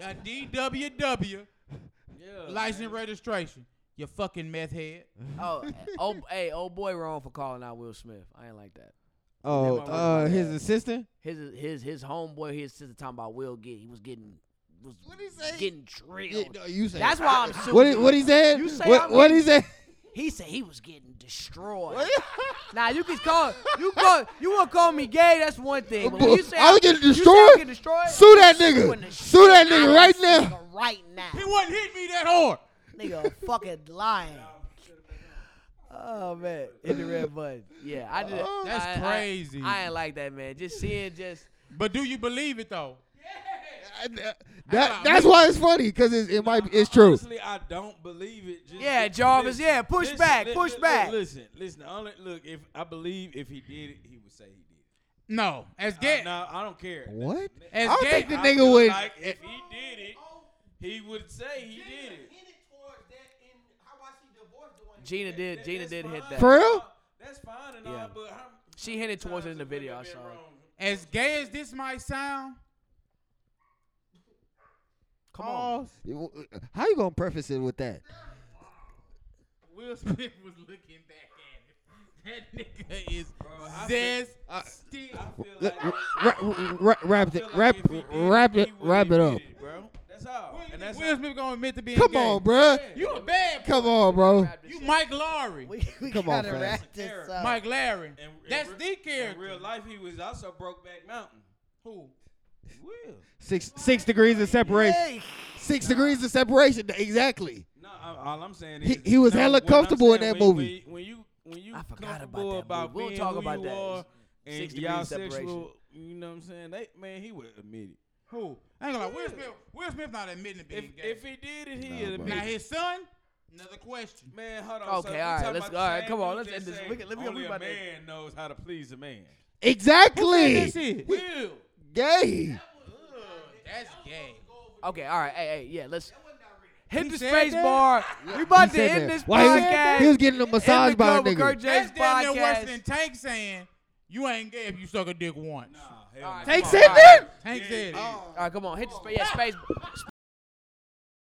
S3: A DWW
S10: Yeah.
S3: license registration. You fucking meth head.
S2: Oh, oh, hey, old boy wrong for calling out Will Smith. I ain't like that.
S1: Oh,
S10: Yeah, my
S1: uh,
S10: wife-
S1: his assistant.
S2: His his his homeboy, his sister talking about Will get. He was getting was getting drilled.
S1: you say
S2: That's why I'm super.
S1: what? He, what he said?
S2: You say
S1: what?
S2: I'm
S1: What he said?
S2: He said he was getting destroyed. now you can call you call you want to call me gay. That's one thing. But when you say
S1: I was getting
S2: you say I'm
S1: destroyed?
S2: getting destroyed.
S1: Sue that
S2: suing the
S1: nigga. Sue that
S2: shit out
S1: nigga
S2: of
S1: right
S2: this
S1: now.
S2: nigga Right
S3: He
S2: now,
S3: wasn't hitting me that hard.
S2: nigga, a fucking lying. Oh man, hit the red button. Yeah, I did.
S3: That's
S2: I- I-
S3: crazy.
S2: I ain't like that, man. Just seeing just
S3: But do you believe it though?
S1: That, that's why it's funny because it, it might be, it's true.
S10: Honestly, I don't believe it. Just
S2: Yeah,
S10: listen-
S2: Jarvis, yeah, push back,
S10: li-
S2: push
S10: li- li-
S2: back.
S10: Listen, listen. the Only look, if I believe if he did it, he would say he did. it.
S3: No. As
S10: I-
S3: gay
S10: no, I don't care.
S1: What? I
S3: as
S1: don't
S3: gay
S1: think the
S10: I
S1: nigga
S10: feel
S1: would.
S10: Like if he did it, he would say he did it.
S2: Gina did.
S10: That-
S2: Gina
S10: that's
S2: did hit
S10: fine.
S2: that.
S1: For real?
S10: That's fine and
S2: Yeah.
S10: all, but how-
S2: She hinted
S10: how
S2: towards it
S10: many
S2: in the
S10: times
S2: video. I
S10: have women
S2: saw
S10: been
S2: it.
S10: wrong?
S3: as gay as this might sound,
S2: Come on.
S3: pause.
S1: uh, How you gonna preface it with that?
S3: Will Smith was looking back at him. That nigga is
S10: I
S3: zest
S1: I-
S3: still.
S10: I feel
S1: Ra-
S10: like-
S1: uh, ra- ra- Wrap it,
S10: feel like
S1: wrap,
S10: if he did
S1: wrap
S10: he
S1: it,
S10: would
S1: wrap
S10: have
S1: it up.
S10: did bro. That's all. And that's
S3: Will Smith gonna admit to being
S1: Come
S3: gay.
S1: on, bruh.
S3: You a bad.
S1: Come on, bro.
S3: You Mike Lowry.
S7: We, we
S1: Come on,
S7: gotta
S1: fam.
S7: wrap this up.
S3: Mike Larry.
S10: And- and
S3: That's
S10: re-
S3: the
S10: In
S3: character.
S10: real life, he was also Brokeback Mountain.
S3: Who?
S10: Will.
S1: Six, six degrees of separation.
S7: Hey,
S1: Six degrees of separation. Exactly.
S10: No, I, all I'm saying is
S1: He- he was
S10: no,
S1: hella
S10: what I'm
S1: comfortable in
S10: saying,
S1: that
S10: when-
S1: movie.
S10: When you when you
S2: I forgot about
S10: comfortable
S2: that
S10: about
S2: movie. We'll
S10: being
S2: talk
S10: who
S2: about
S10: you
S2: that.
S10: are and
S2: Six degrees
S10: y'all
S2: separation.
S10: sexual, you know what I'm saying? They man, he would admit it.
S3: Who? I ain't gonna lie. Will
S10: Yeah.
S3: Smith. Will Smith not admitting to
S10: If
S3: being gay.
S10: if he did it, he would
S1: bro.
S10: admit
S3: now
S10: it.
S3: his son. Another question.
S10: Man, hold on.
S2: Okay, all right, let's go. All right, come on, let's end this. We
S10: We
S2: can-
S10: can,
S2: let me-
S10: only
S2: we
S10: a
S2: about to-
S10: man knows how to please a man.
S1: Exactly.
S3: That's it. Will.
S1: Gay.
S3: That's gay.
S2: Okay, all right. Hey, hey, yeah, let's hit
S3: He
S2: the
S3: said
S2: space
S3: that?
S2: bar. We about
S1: He
S2: to
S1: said
S2: end
S1: that.
S2: this
S1: Why he was-
S2: podcast.
S1: He was getting a massage
S2: End the
S1: by a
S2: Club with Kurt
S1: nigga.
S2: James
S3: That's damn near worse
S2: podcast.
S3: than Tank saying you ain't gay if you suck a dick once.
S10: Nah, hell
S2: All right,
S10: no.
S1: Take
S2: come on,
S1: said
S2: all right.
S1: that.
S3: Tank said. it.
S2: All right, come on, hit the space. Yeah, space.